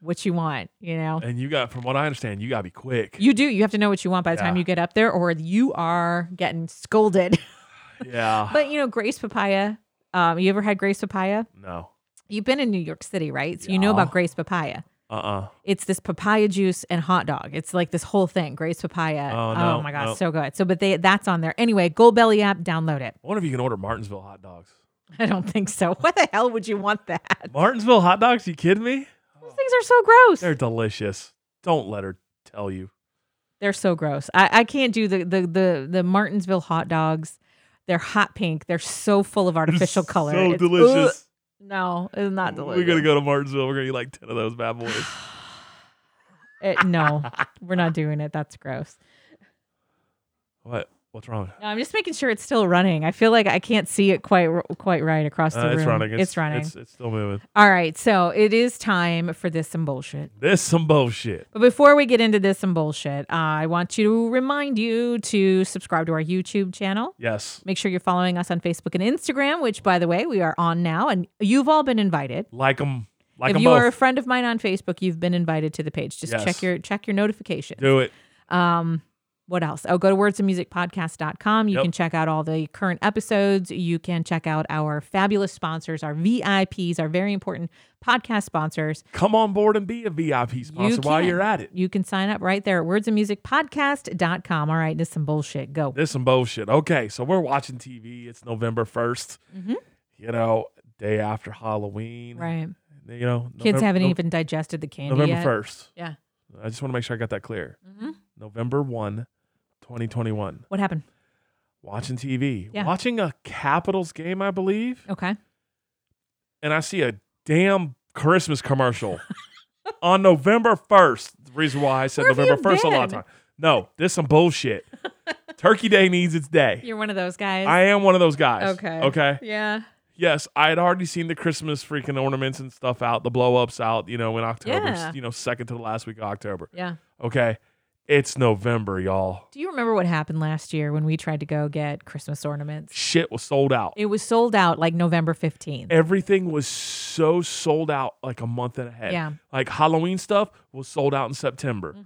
what you want, you know. And you got, from what I understand, you got to be quick. You do. You have to know what you want by the time Yeah. you get up there, or you are getting scolded. yeah. but you know, Grace Papaya. Um, you ever had Grace Papaya? no. You've been in New York City, right? So you know about Yeah. Grace Papaya. Uh uh It's this papaya juice and hot dog. It's like this whole thing, Grace Papaya. Oh, no, my god, no. so good. So, but they that's on there anyway. Gold Belly app, download it. I wonder if you can order Martinsville hot dogs. I don't think so. What the hell would you want that? Martinsville hot dogs? You kidding me? Those things are so gross. They're They're, delicious. Don't let her tell you. so gross. I, I can't do the, the the the Martinsville hot dogs. They're hot pink. They're so full of artificial color. So It's- ugh. delicious. No, it's not delicious. We're gonna go to Martinsville. We're gonna eat like ten of those bad boys. Eh, no, we're not doing it. That's gross. what? What's wrong? No, I'm just making sure it's still running. I feel like I can't see it quite r- quite right across the Uh, room. it's running. It's, running. It's, it's still moving. All right, so it is time for this some bullshit. This some bullshit. But before we get into this some bullshit, uh, I want you to remind you to subscribe to our YouTube channel. Yes. Make sure you're following us on Facebook and Instagram, which, by the way, we are on now, and you've all been invited. Like them. Like if them you are a both. friend of mine on Facebook, you've been invited to the page. Just Yes. check your check your notifications. Do it. Um, What else? Oh, go to wordsandmusicpodcast.com. You Yep. can check out all the current episodes. You can check out our fabulous sponsors, our VIPs, our very important podcast sponsors. Come on board and be a VIP sponsor while can. you're at it. You can sign up right there at wordsandmusicpodcast.com. All right, this is some bullshit. Go. This some bullshit. Okay, so we're watching TV. It's November 1st Mhm. You know, day after Halloween. Right. You know, Kids November- haven't Nov- even digested the candy November yet. first. Yeah. I just want to make sure I got that clear. Mhm. November 1, 2021. What happened? Watching TV. Yeah. Watching a Capitals game, I believe. Okay. And I see a damn Christmas commercial on November 1st. The reason why I said Where have November you 1st a lot of been? time. No, this some bullshit. Turkey Day needs its day. You're one of those guys. I am one of those guys. Okay. Okay. yeah. Yes, I had already seen the Christmas freaking ornaments and stuff out, the blow ups out, you know, in October, Yeah. you know, second to the last week of October. Yeah. Okay. It's November, y'all. Do you remember what happened last year when we tried to go get Christmas ornaments? Shit was sold out. It was sold out like November 15th. Everything was so sold out like a month and a half. Yeah. Mm-hmm. Like Halloween stuff was sold out in September.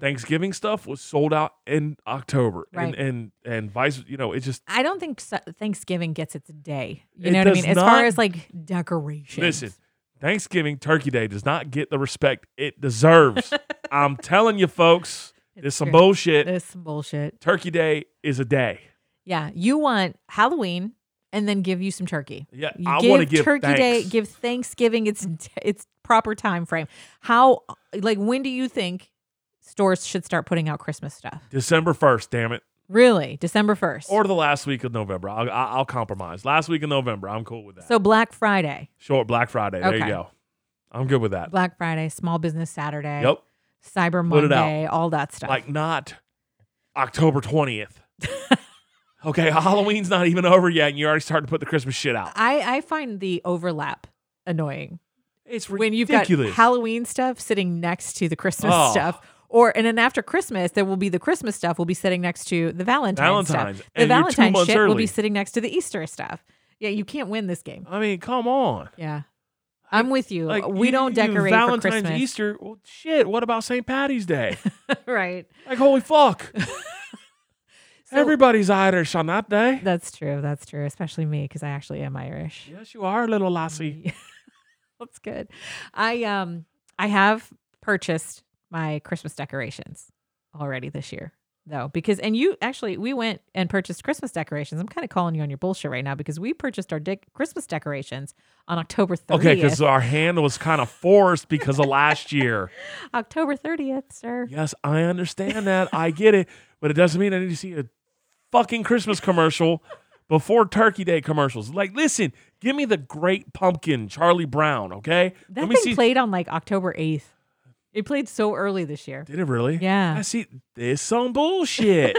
Thanksgiving stuff was sold out in October. Right. And and and vice, you know, it just I don't think so- Thanksgiving gets its day. You It know what I does mean? As far not- as like decorations. listen. Thanksgiving Turkey Day does not get the respect it deserves. I'm telling you folks, It's it's, some true. bullshit. This is some bullshit. Turkey Day is a day. Yeah. You want Halloween and then give you some turkey. Yeah, You I want to give Turkey Day, thanks. give Thanksgiving its its proper time frame. How like when do you think stores should start putting out Christmas stuff? December first, damn it, Really? December 1st. or the last week of November. I'll, I- I'll compromise. Last week of November, I'm cool with that. so Black Friday. Short Black Friday. There Okay. you go. I'm good with that. Black Friday, Small Business Saturday, Yep. Cyber Put it out. Monday, all that stuff. Like not October twentieth. okay, Halloween's not even over yet, and you already starting to put the Christmas shit out. I, I find the overlap annoying It's when you've ridiculous. got Halloween stuff sitting next to the Christmas Oh. stuff. Or and then after Christmas, there will be the Christmas stuff will be sitting next to the Valentine's, Valentine's, stuff. The and you're two Valentine months shit will early. be sitting next to the Easter stuff. Yeah, you can't win this game. I mean, come on. Yeah, I'm with you. Like we you- don't you- decorate Valentine's, for Christmas, Easter. Well, shit. What about St. Patty's Day? right? like, holy fuck. So- Everybody's Irish on that day. That's true. That's true. Especially me because I actually am Irish. Yes, you are, little lassie. That's good. I um I have purchased my Christmas decorations already this year though because and you actually we went and purchased Christmas decorations. I'm kind of calling you on your bullshit right now because we purchased our dec- Christmas decorations on October 30th. Okay, because our hand was kind of forced because of last year. October 30th, sir. Yes, I understand that. I get it, but it doesn't mean I need to see a fucking Christmas commercial before Turkey Day commercials. Like, listen, give me the Great Pumpkin, Charlie Brown. Okay, That thing played on like October 8th. It played so early this year. Did it really? Yeah. I see. This some bullshit.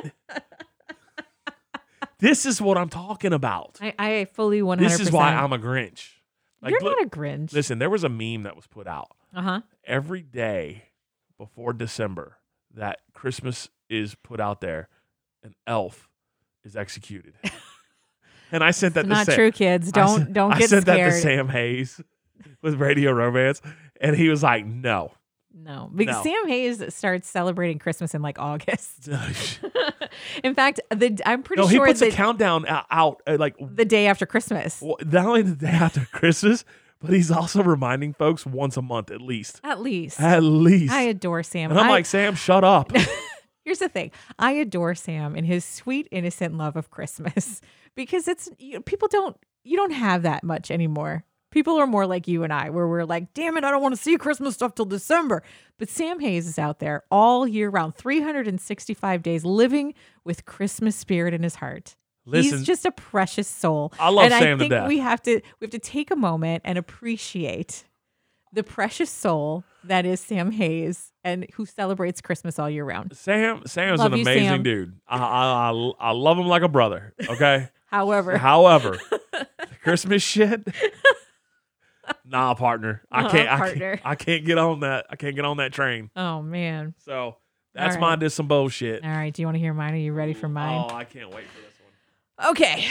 this is what I'm talking about. I, I fully 100%. This is why I'm a Grinch. Like, You're look- not a Grinch. listen, there was a meme that was put out. uh-huh. every day before December that Christmas is put out there, an elf is executed. and I sent that It's to not Sam. true, kids. I Don't sent- don't I get sent scared. that to Sam Hayes with Radio Romance, and he was like, "No, No, because No. Sam Hayes starts celebrating Christmas in like August. in fact, the I'm pretty no." He sure puts a that countdown o- out, uh, like w- the day after Christmas, not only the day after Christmas, but he's also reminding folks once a month at least, at least. at least. I adore Sam. and I'm I- like, "Sam, shut up." here's the thing: I adore Sam and his sweet, innocent love of Christmas because it's you, people don't you don't have that much anymore. People are more like you and I, where we're like, "Damn it, I don't want to see Christmas stuff till December." But Sam Hayes is out there all year round, 365 days, living with Christmas spirit in his heart. Listen, He's just a precious soul. I love and I Sam to think death. we have to we have to take a moment and appreciate the precious soul that is Sam Hayes and who celebrates Christmas all year round. Sam Sam's Love an you, amazing Sam. dude. I, I I I love him like a brother. Okay. However, However, the Christmas shit. Nah, partner. I Nah, can't, I partner. can't. I can't get on that. I can't get on that train. oh man. So that's All my right. did some bullshit. All right, do you want to hear mine? Are you ready for mine? Oh, I can't wait for this one. Okay.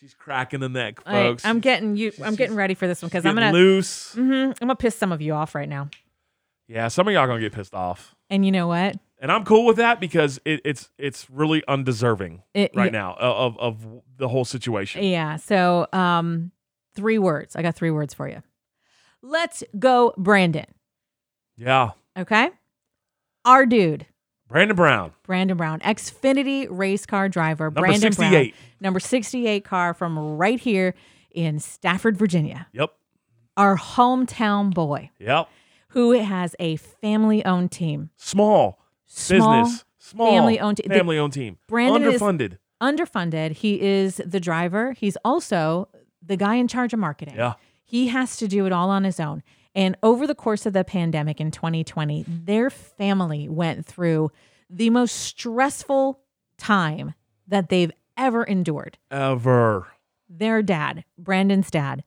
She's cracking the neck, All right, Oh. folks. I'm getting you she's- I'm getting she's- ready for this one She's cuz I'm Mm. Mm-hmm, getting going to loose. I'm going to piss some of you off right now. Yeah, some of y'all gonna get pissed off. And you know what? and I'm cool with that because it, it's it's really undeserving It- right yeah, now of of the whole situation. Yeah. So, um, three words. I got three words for you. Let's go, Brandon. Yeah, Okay. Our dude, Brandon Brown, Brandon Brown, Xfinity race car driver, number Brandon Brown, sixty-eight. number 68 car from right here in Stafford, Virginia, Yep, our hometown boy yep. who has a family owned team. Small, Small, business, small family-owned te- the- family-owned team. Brandon is- underfunded. underfunded. He is the driver. He's also the guy in charge of marketing. Yeah. He has to do it all on his own. And over the course of the pandemic in 2020, their family went through the most stressful time that they've ever endured. Ever. Their dad, Brandon's dad,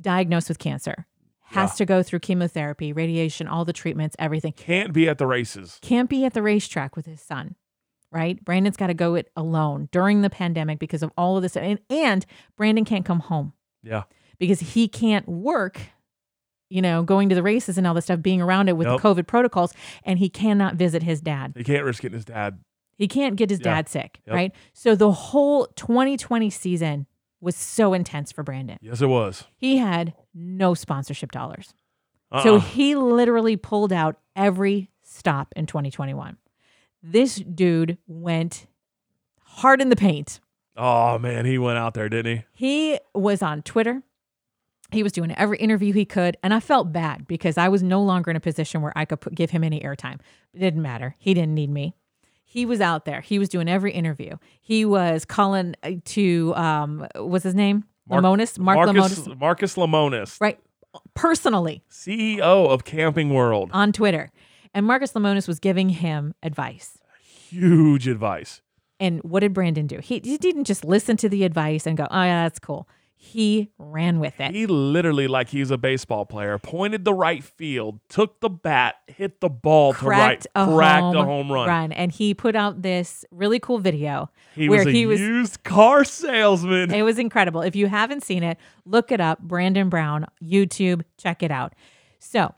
diagnosed with cancer, has Yeah. to go through chemotherapy, radiation, all the treatments, everything Can't be at the races. can't be at the racetrack with his son, right? Brandon's got to go it alone during the pandemic because of all of this. And, and Brandon can't come home Yeah. because he can't work, you know, going to the races and all this stuff, being around it with Nope. the COVID protocols. And he cannot visit his dad. He can't risk getting his dad. He can't get his Yeah. dad sick, Yep. right? So the whole 2020 season was so intense for Brandon. Yes, it was. He had no sponsorship dollars. Uh-uh. So he literally pulled out every stop in 2021. This dude went hard in the paint. oh man, he went out there, didn't he? He was on Twitter. He was doing every interview he could. And I felt bad because I was no longer in a position where I could put, give him any airtime. It didn't matter. He didn't need me. He was out there. He was doing every interview. He was calling uh, to, um, what's his name? Mark- Lamonis? Mark Marcus Lamonis. Marcus Lamonis, Right. Personally. CEO of Camping World. on Twitter. And Marcus Lemonis was giving him advice. Huge advice. And what did Brandon do? He, he didn't just listen to the advice and go, oh, yeah, that's cool. He ran with it. He literally, like he was a baseball player, pointed the right field, took the bat, hit the ball cracked to a, right, cracked home a home run. And he put out this really cool video He where was a he was. used car salesman. It was incredible. If you haven't seen it, look it up. Brandon Brown, YouTube, check it out. So,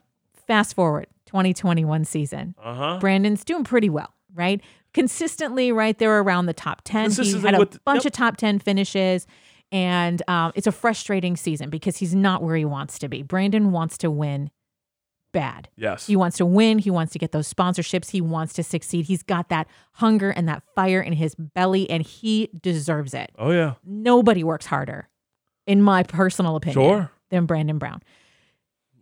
fast forward 2021 season. Uh huh. Brandon's doing pretty well, right? Consistently right there around the top 10. He Consistently had a with the- bunch yep. of top 10 finishes. And um, it's a frustrating season because he's not where he wants to be. Brandon wants to win bad. Yes. He wants to win. He wants to get those sponsorships. He wants to succeed. He's got that hunger and that fire in his belly, and he deserves it. oh yeah. Nobody works harder, in my personal opinion, Sure. than Brandon Brown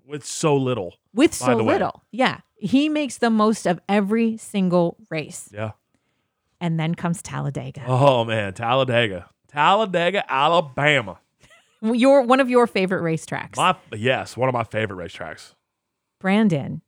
With so little. with By so the way. little. Yeah. He makes the most of every single race. Yeah. And then comes Talladega. Oh man, Talladega, Talladega, Alabama. Your one of your favorite racetracks. My yes, one of my favorite racetracks. Brandon.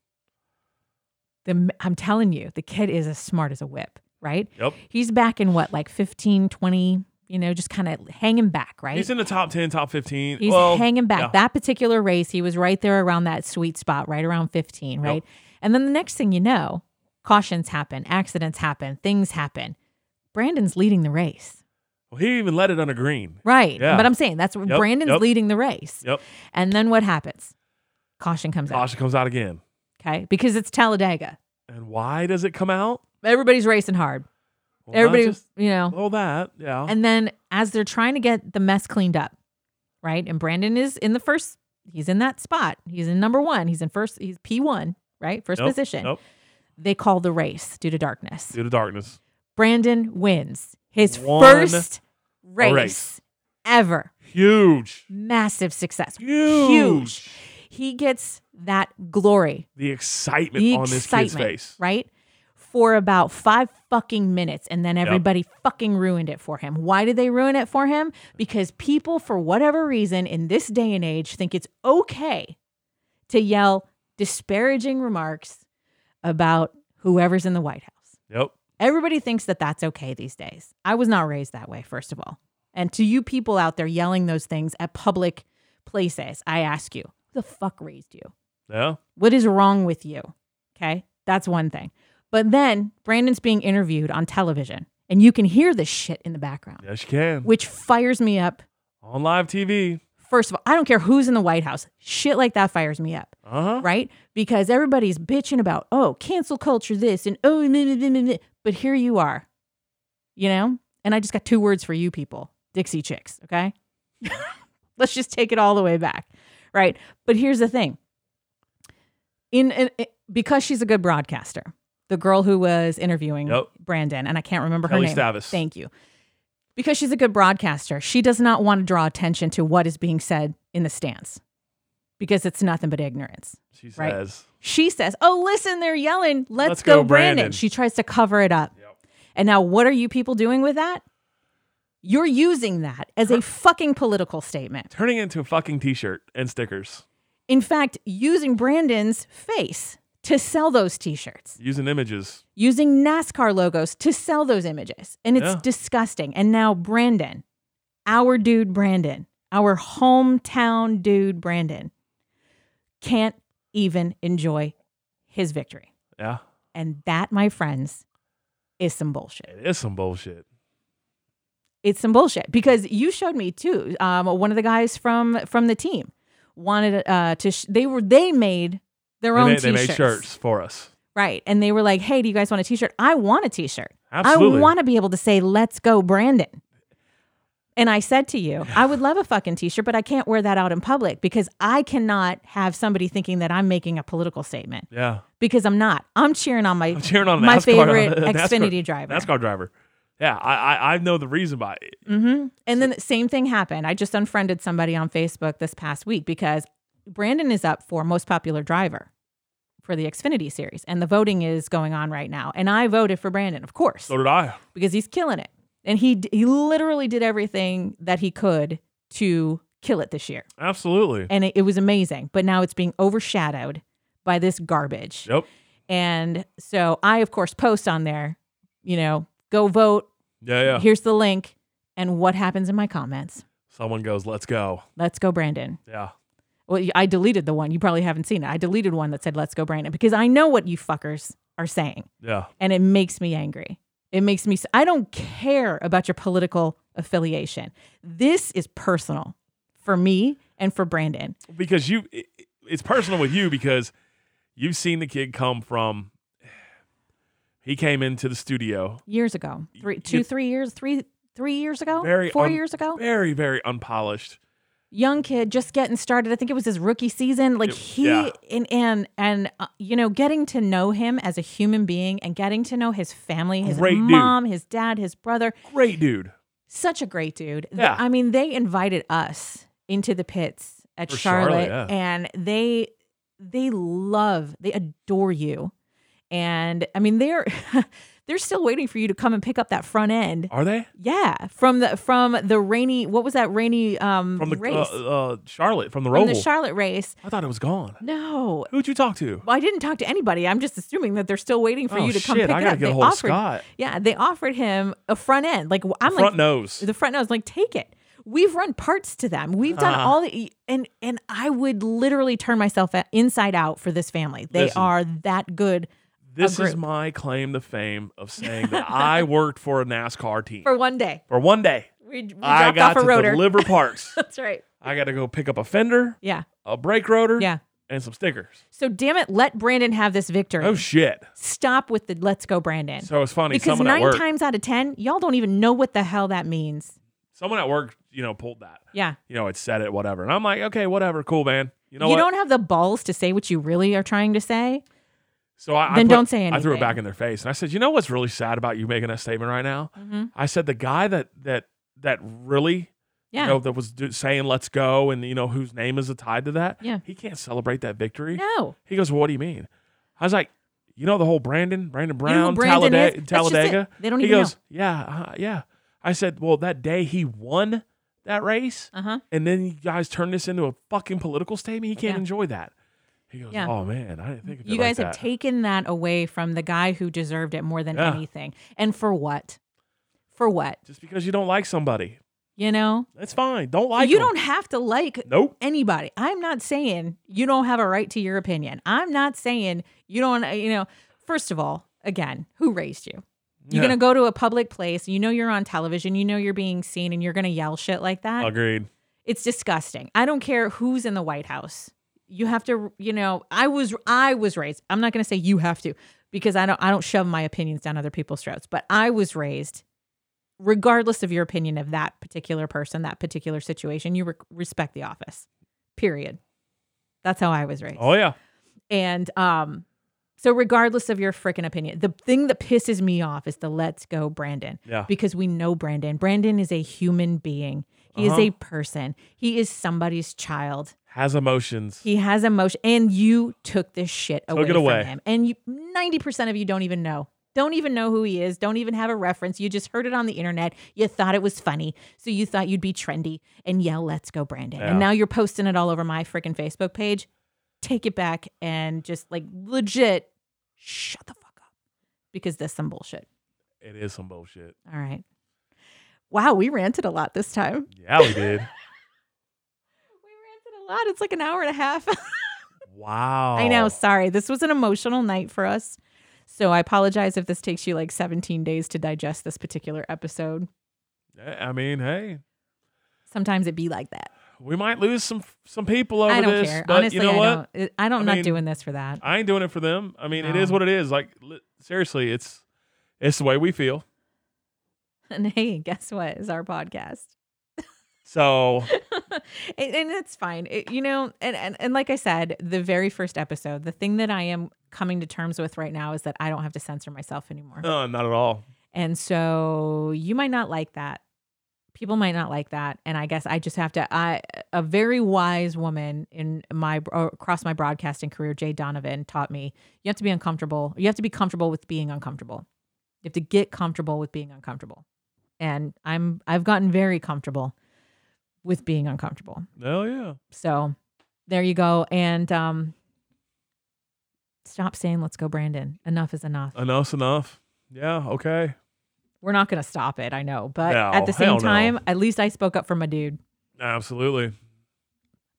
The I'm telling you, the kid is as smart as a whip, right? Yep. He's back in what like 15, 20, you know, just kind of hanging back, right? He's in the top ten, top fifteen. He's well, hanging back. yeah. That particular race, he was right there around that sweet spot, right around 15, right? And then the next thing you know, cautions happen, accidents happen, things happen. Brandon's leading the race. Well, he even let it under green. Right. Yeah. But I'm saying that's where Yep, Brandon's yep. leading the race. Yep. And then what happens? Caution comes out. Caution comes out again. Okay. Because it's Talladega. And why does it come out? Everybody's racing hard. Well, not Everybody, just- you know. Well, that yeah. And then as they're trying to get the mess cleaned up, right? And Brandon is in the first, he's in that spot. He's in number one. He's in first, he's P1, right? First Nope, position. Nope. They call the race due to darkness. Due to darkness. Brandon wins his One first race, race. ever. Huge. Massive success. Huge. Huge. He gets that glory The excitement the on this kid's excitement, face. right? For about five fucking minutes, and then everybody fucking ruined it for him. Why did they ruin it for him? Because people, for whatever reason, in this day and age, think it's okay to yell disparaging remarks about whoever's in the White House. Yep. Everybody thinks that that's okay these days. I was not raised that way, first of all. And to you people out there yelling those things at public places, I ask you, who the fuck raised you? Yeah. What is wrong with you? Okay. That's one thing. But then Brandon's being interviewed on television and you can hear this shit in the background, Yes, you can. which fires me up. on live TV. First of all, I don't care who's in the White House. Shit like that fires me up. Uh-huh. right? Because everybody's bitching about, oh, cancel culture this and oh, nah, nah, nah, nah, nah. but here you are, you know? And I just got two words for you people Dixie Chicks, okay? Let's just take it all the way back, right? But here's the thing in, in, in- because she's a good broadcaster, the girl who was interviewing Yep. Brandon, and I can't remember her Kelly name. Stavis. Thank you. Because she's a good broadcaster, she does not want to draw attention to what is being said in the stands because it's nothing but ignorance. She Right. says. She says, Oh, listen, they're yelling. Let's, Let's go, go, Brandon. Brandon. She tries to cover it up. Yep. And now, what are you people doing with that? You're using that as a fucking political statement. Turning into a fucking t-shirt and stickers. In fact, using Brandon's face to sell those t shirts, Using images. using NASCAR logos to sell those images. And it's Yeah. disgusting. And now, Brandon, our dude, Brandon, our hometown dude, Brandon, can't even enjoy his victory. Yeah. And that, my friends, is some bullshit. It is some bullshit. It's some bullshit because you showed me too. Um, one of the guys from from the team wanted uh, to. Sh- they were they made their They own made, they t-shirts, made shirts for us. right? And they were like, "Hey, do you guys want a t-shirt? I want a t-shirt. Absolutely. I want to be able to say, let's go, Brandon.'" And I said to you, I would love a fucking t-shirt, but I can't wear that out in public because I cannot have somebody thinking that I'm making a political statement Yeah. because I'm not. I'm cheering on my I'm cheering on my NASCAR, favorite NASCAR Xfinity driver. NASCAR driver. Yeah, I, I I know the reason by it. Mm-hmm. And then the same thing happened. I just unfriended somebody on Facebook this past week because Brandon is up for most popular driver for the Xfinity series, and the voting is going on right now. And I voted for Brandon, of course, So did I. because he's killing it, and he d- he literally did everything that he could to kill it this year, Absolutely. and it, it was amazing. But now it's being overshadowed by this garbage. Yep. And so I, of course, post on there, you know, go vote. Yeah, yeah. Here's the link. And what happens in my comments? Someone goes, "Let's go." Let's go, Brandon. Yeah. Well, I deleted the one. You probably haven't seen it. I deleted one that said, Let's go, Brandon, because I know what you fuckers are saying. Yeah. And it makes me angry. It makes me, s- I don't care about your political affiliation. This is personal for me and for Brandon. Because you it, it's personal with you because you've seen the kid come from he came into the studio Years ago, three, You- two, three years, three, three years ago, Very four un- years ago, very very unpolished. young kid just getting started. I think it was his rookie season. Like It- he yeah. and and and uh, you know, getting to know him as a human being and getting to know his family, his Great dude. mom, his dad, his brother. Great dude. Such a great dude. Th- Yeah. I mean, they invited us into the pits at For Charlotte, Charlotte, yeah. and they they love, they adore you, and I mean, they're they're still waiting for you to come and pick up that front end. Are they? Yeah, from the from the rainy. What was that rainy um From the race? Uh, uh Charlotte from the from Roval. the Charlotte race. I thought it was gone. No. Who'd you talk to? Well, I didn't talk to anybody. I'm just assuming that they're still waiting for oh you to shit, come pick I it gotta up. get they a hold of offered, Scott. yeah, they offered him a front end. Like I'm like The front nose. the front nose. Like take it. We've run parts to them. We've done Uh-huh. all the and and I would literally turn myself a- inside out for this family. They Listen. are that good This is group. my claim to fame of saying that I worked for a NASCAR team. for one day. For one day, We, we dropped I got off a to rotor. deliver parts. That's right. I got to go pick up a fender, Yeah. a brake rotor, Yeah. and some stickers. So damn it, let Brandon have this victory. Oh shit! Stop with the let's go Brandon. So it's funny. because someone at nine work, times out of ten, y'all don't even know what the hell that means. someone at work, you know, pulled that. Yeah. You know, it said it, whatever. And I'm like, okay, whatever, cool, man. You know you what? don't have the balls to say what you really are trying to say. so I I then put- don't say I threw it anything. back in their face, and I said, you know what's really sad about you making that statement right now? Mm-hmm. I said the guy that that that really Yeah. you know, that was do- saying "Let's go," and you know whose name is tied to that. Yeah. he can't celebrate that victory. No. He goes, well, "What do you mean?" I was like, "You know the whole Brandon, Brandon You know who Brandon Brown, Tallade- is? That's just it. Talladega." They don't he even goes, "Yeah, uh, yeah." I said, "Well, that day he won that race, know. Uh huh. and then you guys turn this into a fucking political statement. He can't enjoy that." He goes, Yeah. "Oh man, I didn't think of it You like guys have that." taken that away from the guy who deserved it more than Yeah. anything. And for what? For what? Just because you don't like somebody, You know? that's fine. Don't like you 'em. don't have to like Nope. anybody. I'm not saying you don't have a right to your opinion. I'm not saying you don't, you know, first of all, again, who raised you? You're Yeah. going to go to a public place, you know you're on television, you know you're being seen and you're going to yell shit like that. Agreed. It's disgusting. I don't care who's in the White House. you have to you know i was i was raised i'm not going to say you have to because i don't i don't shove my opinions down other people's throats but i was raised regardless of your opinion of that particular person that particular situation you re- respect the office period that's how i was raised Oh yeah. and um so regardless of your freaking opinion the thing that pisses me off is the let's go brandon Yeah. because we know Brandon. Brandon is a human being. He Uh-huh. is a person. He is somebody's child. Has emotions. He has emotion, and you took this shit Took away, it away. from him. And you, ninety percent of you don't even know, don't even know who he is, don't even have a reference. You just heard it on the internet. You thought it was funny, so you thought you'd be trendy and yell, "Let's go, Brandon!" Yeah. And now you're posting it all over my freaking Facebook page. Take it back and just like legit, shut the fuck up, because that's some bullshit. It is some bullshit. All right. Wow, we ranted a lot this time. Yeah, we did. We ranted a lot. It's like an hour and a half. wow. I know. Sorry. This was an emotional night for us. So I apologize if this takes you like 17 days to digest this particular episode. Eh, I mean, hey, Sometimes it be like that. we might lose some some people over I don't this, care. but Honestly, you know what? I don't. it- I don't. I am not mean- doing this for that. I ain't doing it for them. I mean, it is No. what it is. Like li- seriously, it's it's the way we feel. And hey, guess what? It's our podcast. So and, and it's fine It- you know and, and and like i said the very first episode the thing that i am coming to terms with right now is that i don't have to censor myself anymore no, uh, not at all. And so you might not like that. People might not like that. And I guess I just have to I a very wise woman in my or across my broadcasting career, Jay Donovan, taught me you have to be uncomfortable. You have to be comfortable with being uncomfortable. You have to get comfortable with being uncomfortable. And I'm I've gotten very comfortable with being uncomfortable. Hell yeah. So there you go. And um stop saying let's go, Brandon. Enough is enough Enough's enough. Yeah, okay. we're not going to stop it. I know, but No, at the hell same no. time, at least I spoke up for my dude, Absolutely.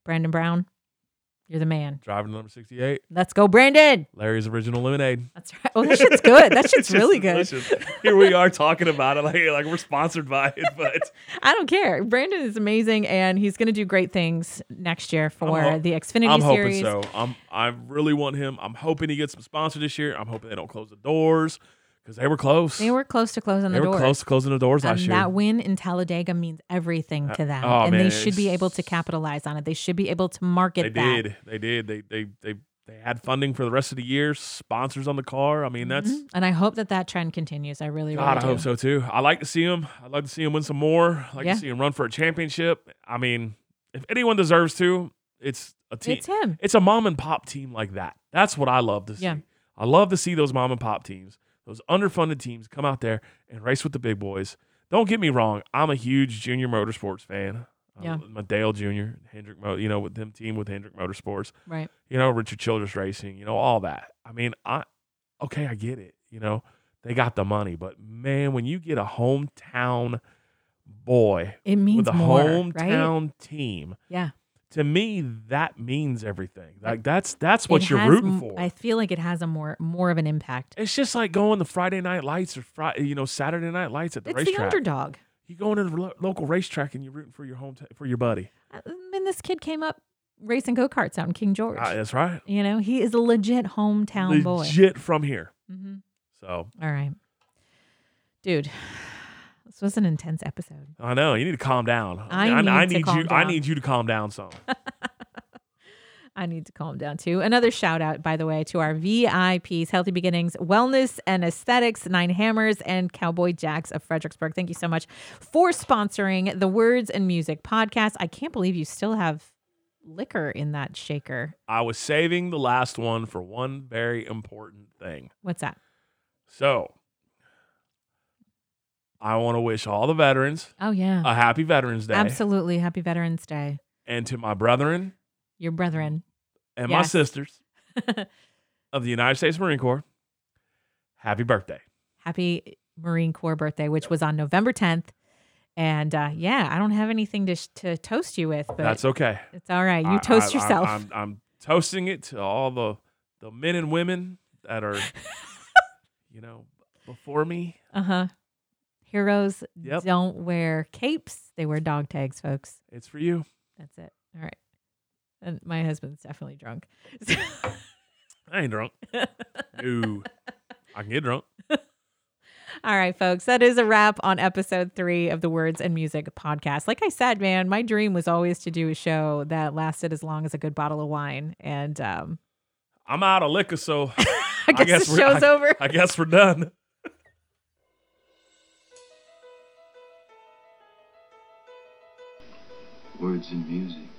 Brandon Brown. You're the man. Driving number 68, Let's go, Brandon. Larry's original lemonade. That's right. Oh, that shit's good. That shit's It's just really good. delicious. Here we are talking about it like, like we're sponsored by it, but I don't care. Brandon is amazing, and he's going to do great things next year for ho- the Xfinity I'm hoping series. so. I'm I really want him. I'm hoping he gets some sponsor this year. I'm hoping they don't close the doors because they were close. They were close to closing They the were door. close to closing the doors And last year. that win in Talladega means everything to them, oh, and man, they should be it's- able to capitalize on it. They should be able to market they that. did. They did. They they they they had funding for the rest of the year. Sponsors on the car. I mean, that's Mhm. And I hope that that trend continues. I really, God. I really do. hope so too. I like to see him. I'd like to see him win some more. I like Yeah. to see him run for a championship. I mean, if anyone deserves to, it's a team. It's him. it's a mom and pop team like that. That's what I love to see. Yeah. I love to see those mom and pop teams, those underfunded teams come out there and race with the big boys. Don't get me wrong, I'm a huge junior motorsports fan. Uh, Yeah. my Dale Jr., Hendrick, Mo- you know, with them team with Hendrick Motorsports, Right. you know, Richard Childress Racing, you know, all that. I mean, I okay, I get it. You know, they got the money, but man, when you get a hometown boy It means with a more. Right. hometown team Yeah. to me that means everything like that's that's what it you're has rooting m- for I feel like it has a more more of an impact. it's just like going to friday night lights or friday you know saturday night lights at the it's the racetrack underdog. you go into the lo- local racetrack and you're rooting for your home for your buddy I mean, Uh, this kid came up racing go karts out in King George. Ah, that's right you know, he is a legit hometown boy. legit from here Mhm. so All right, dude, this was an intense episode. i know you need to calm down I mean, need to need calm you i down. need you to calm down some I need to calm down too. Another shout out, by the way, to our VIPs, Healthy Beginnings, Wellness and Aesthetics, Nine Hammers, and Cowboy Jacks of Fredericksburg. Thank you so much for sponsoring the Words and Music podcast. I can't believe you still have liquor in that shaker. i was saving the last one for one very important thing What's that? so i want to wish all the veterans Oh yeah. a happy veterans day Absolutely. Happy Veterans Day. and to my brethren Your brethren. and my Yes. sisters of the United States Marine Corps, happy birthday. Happy Marine Corps birthday, which was on November 10th. And uh, yeah, I don't have anything to, sh- to toast you with, but That's okay. it's all right. You I- toast I- I- yourself. I'm, I'm toasting it to all the the men and women that are, you know, before me. Uh huh. Heroes Yep. don't wear capes; they wear dog tags, folks. It's for you. That's it. All right. and my husband's definitely drunk. I ain't drunk. no, I can get drunk. All right, folks, that is a wrap on episode three of the Words and Music podcast. Like I said, man, my dream was always to do a show that lasted as long as a good bottle of wine. And um, I'm out of liquor, so I guess, guess the we're- show's over. I guess we're done. Words and music.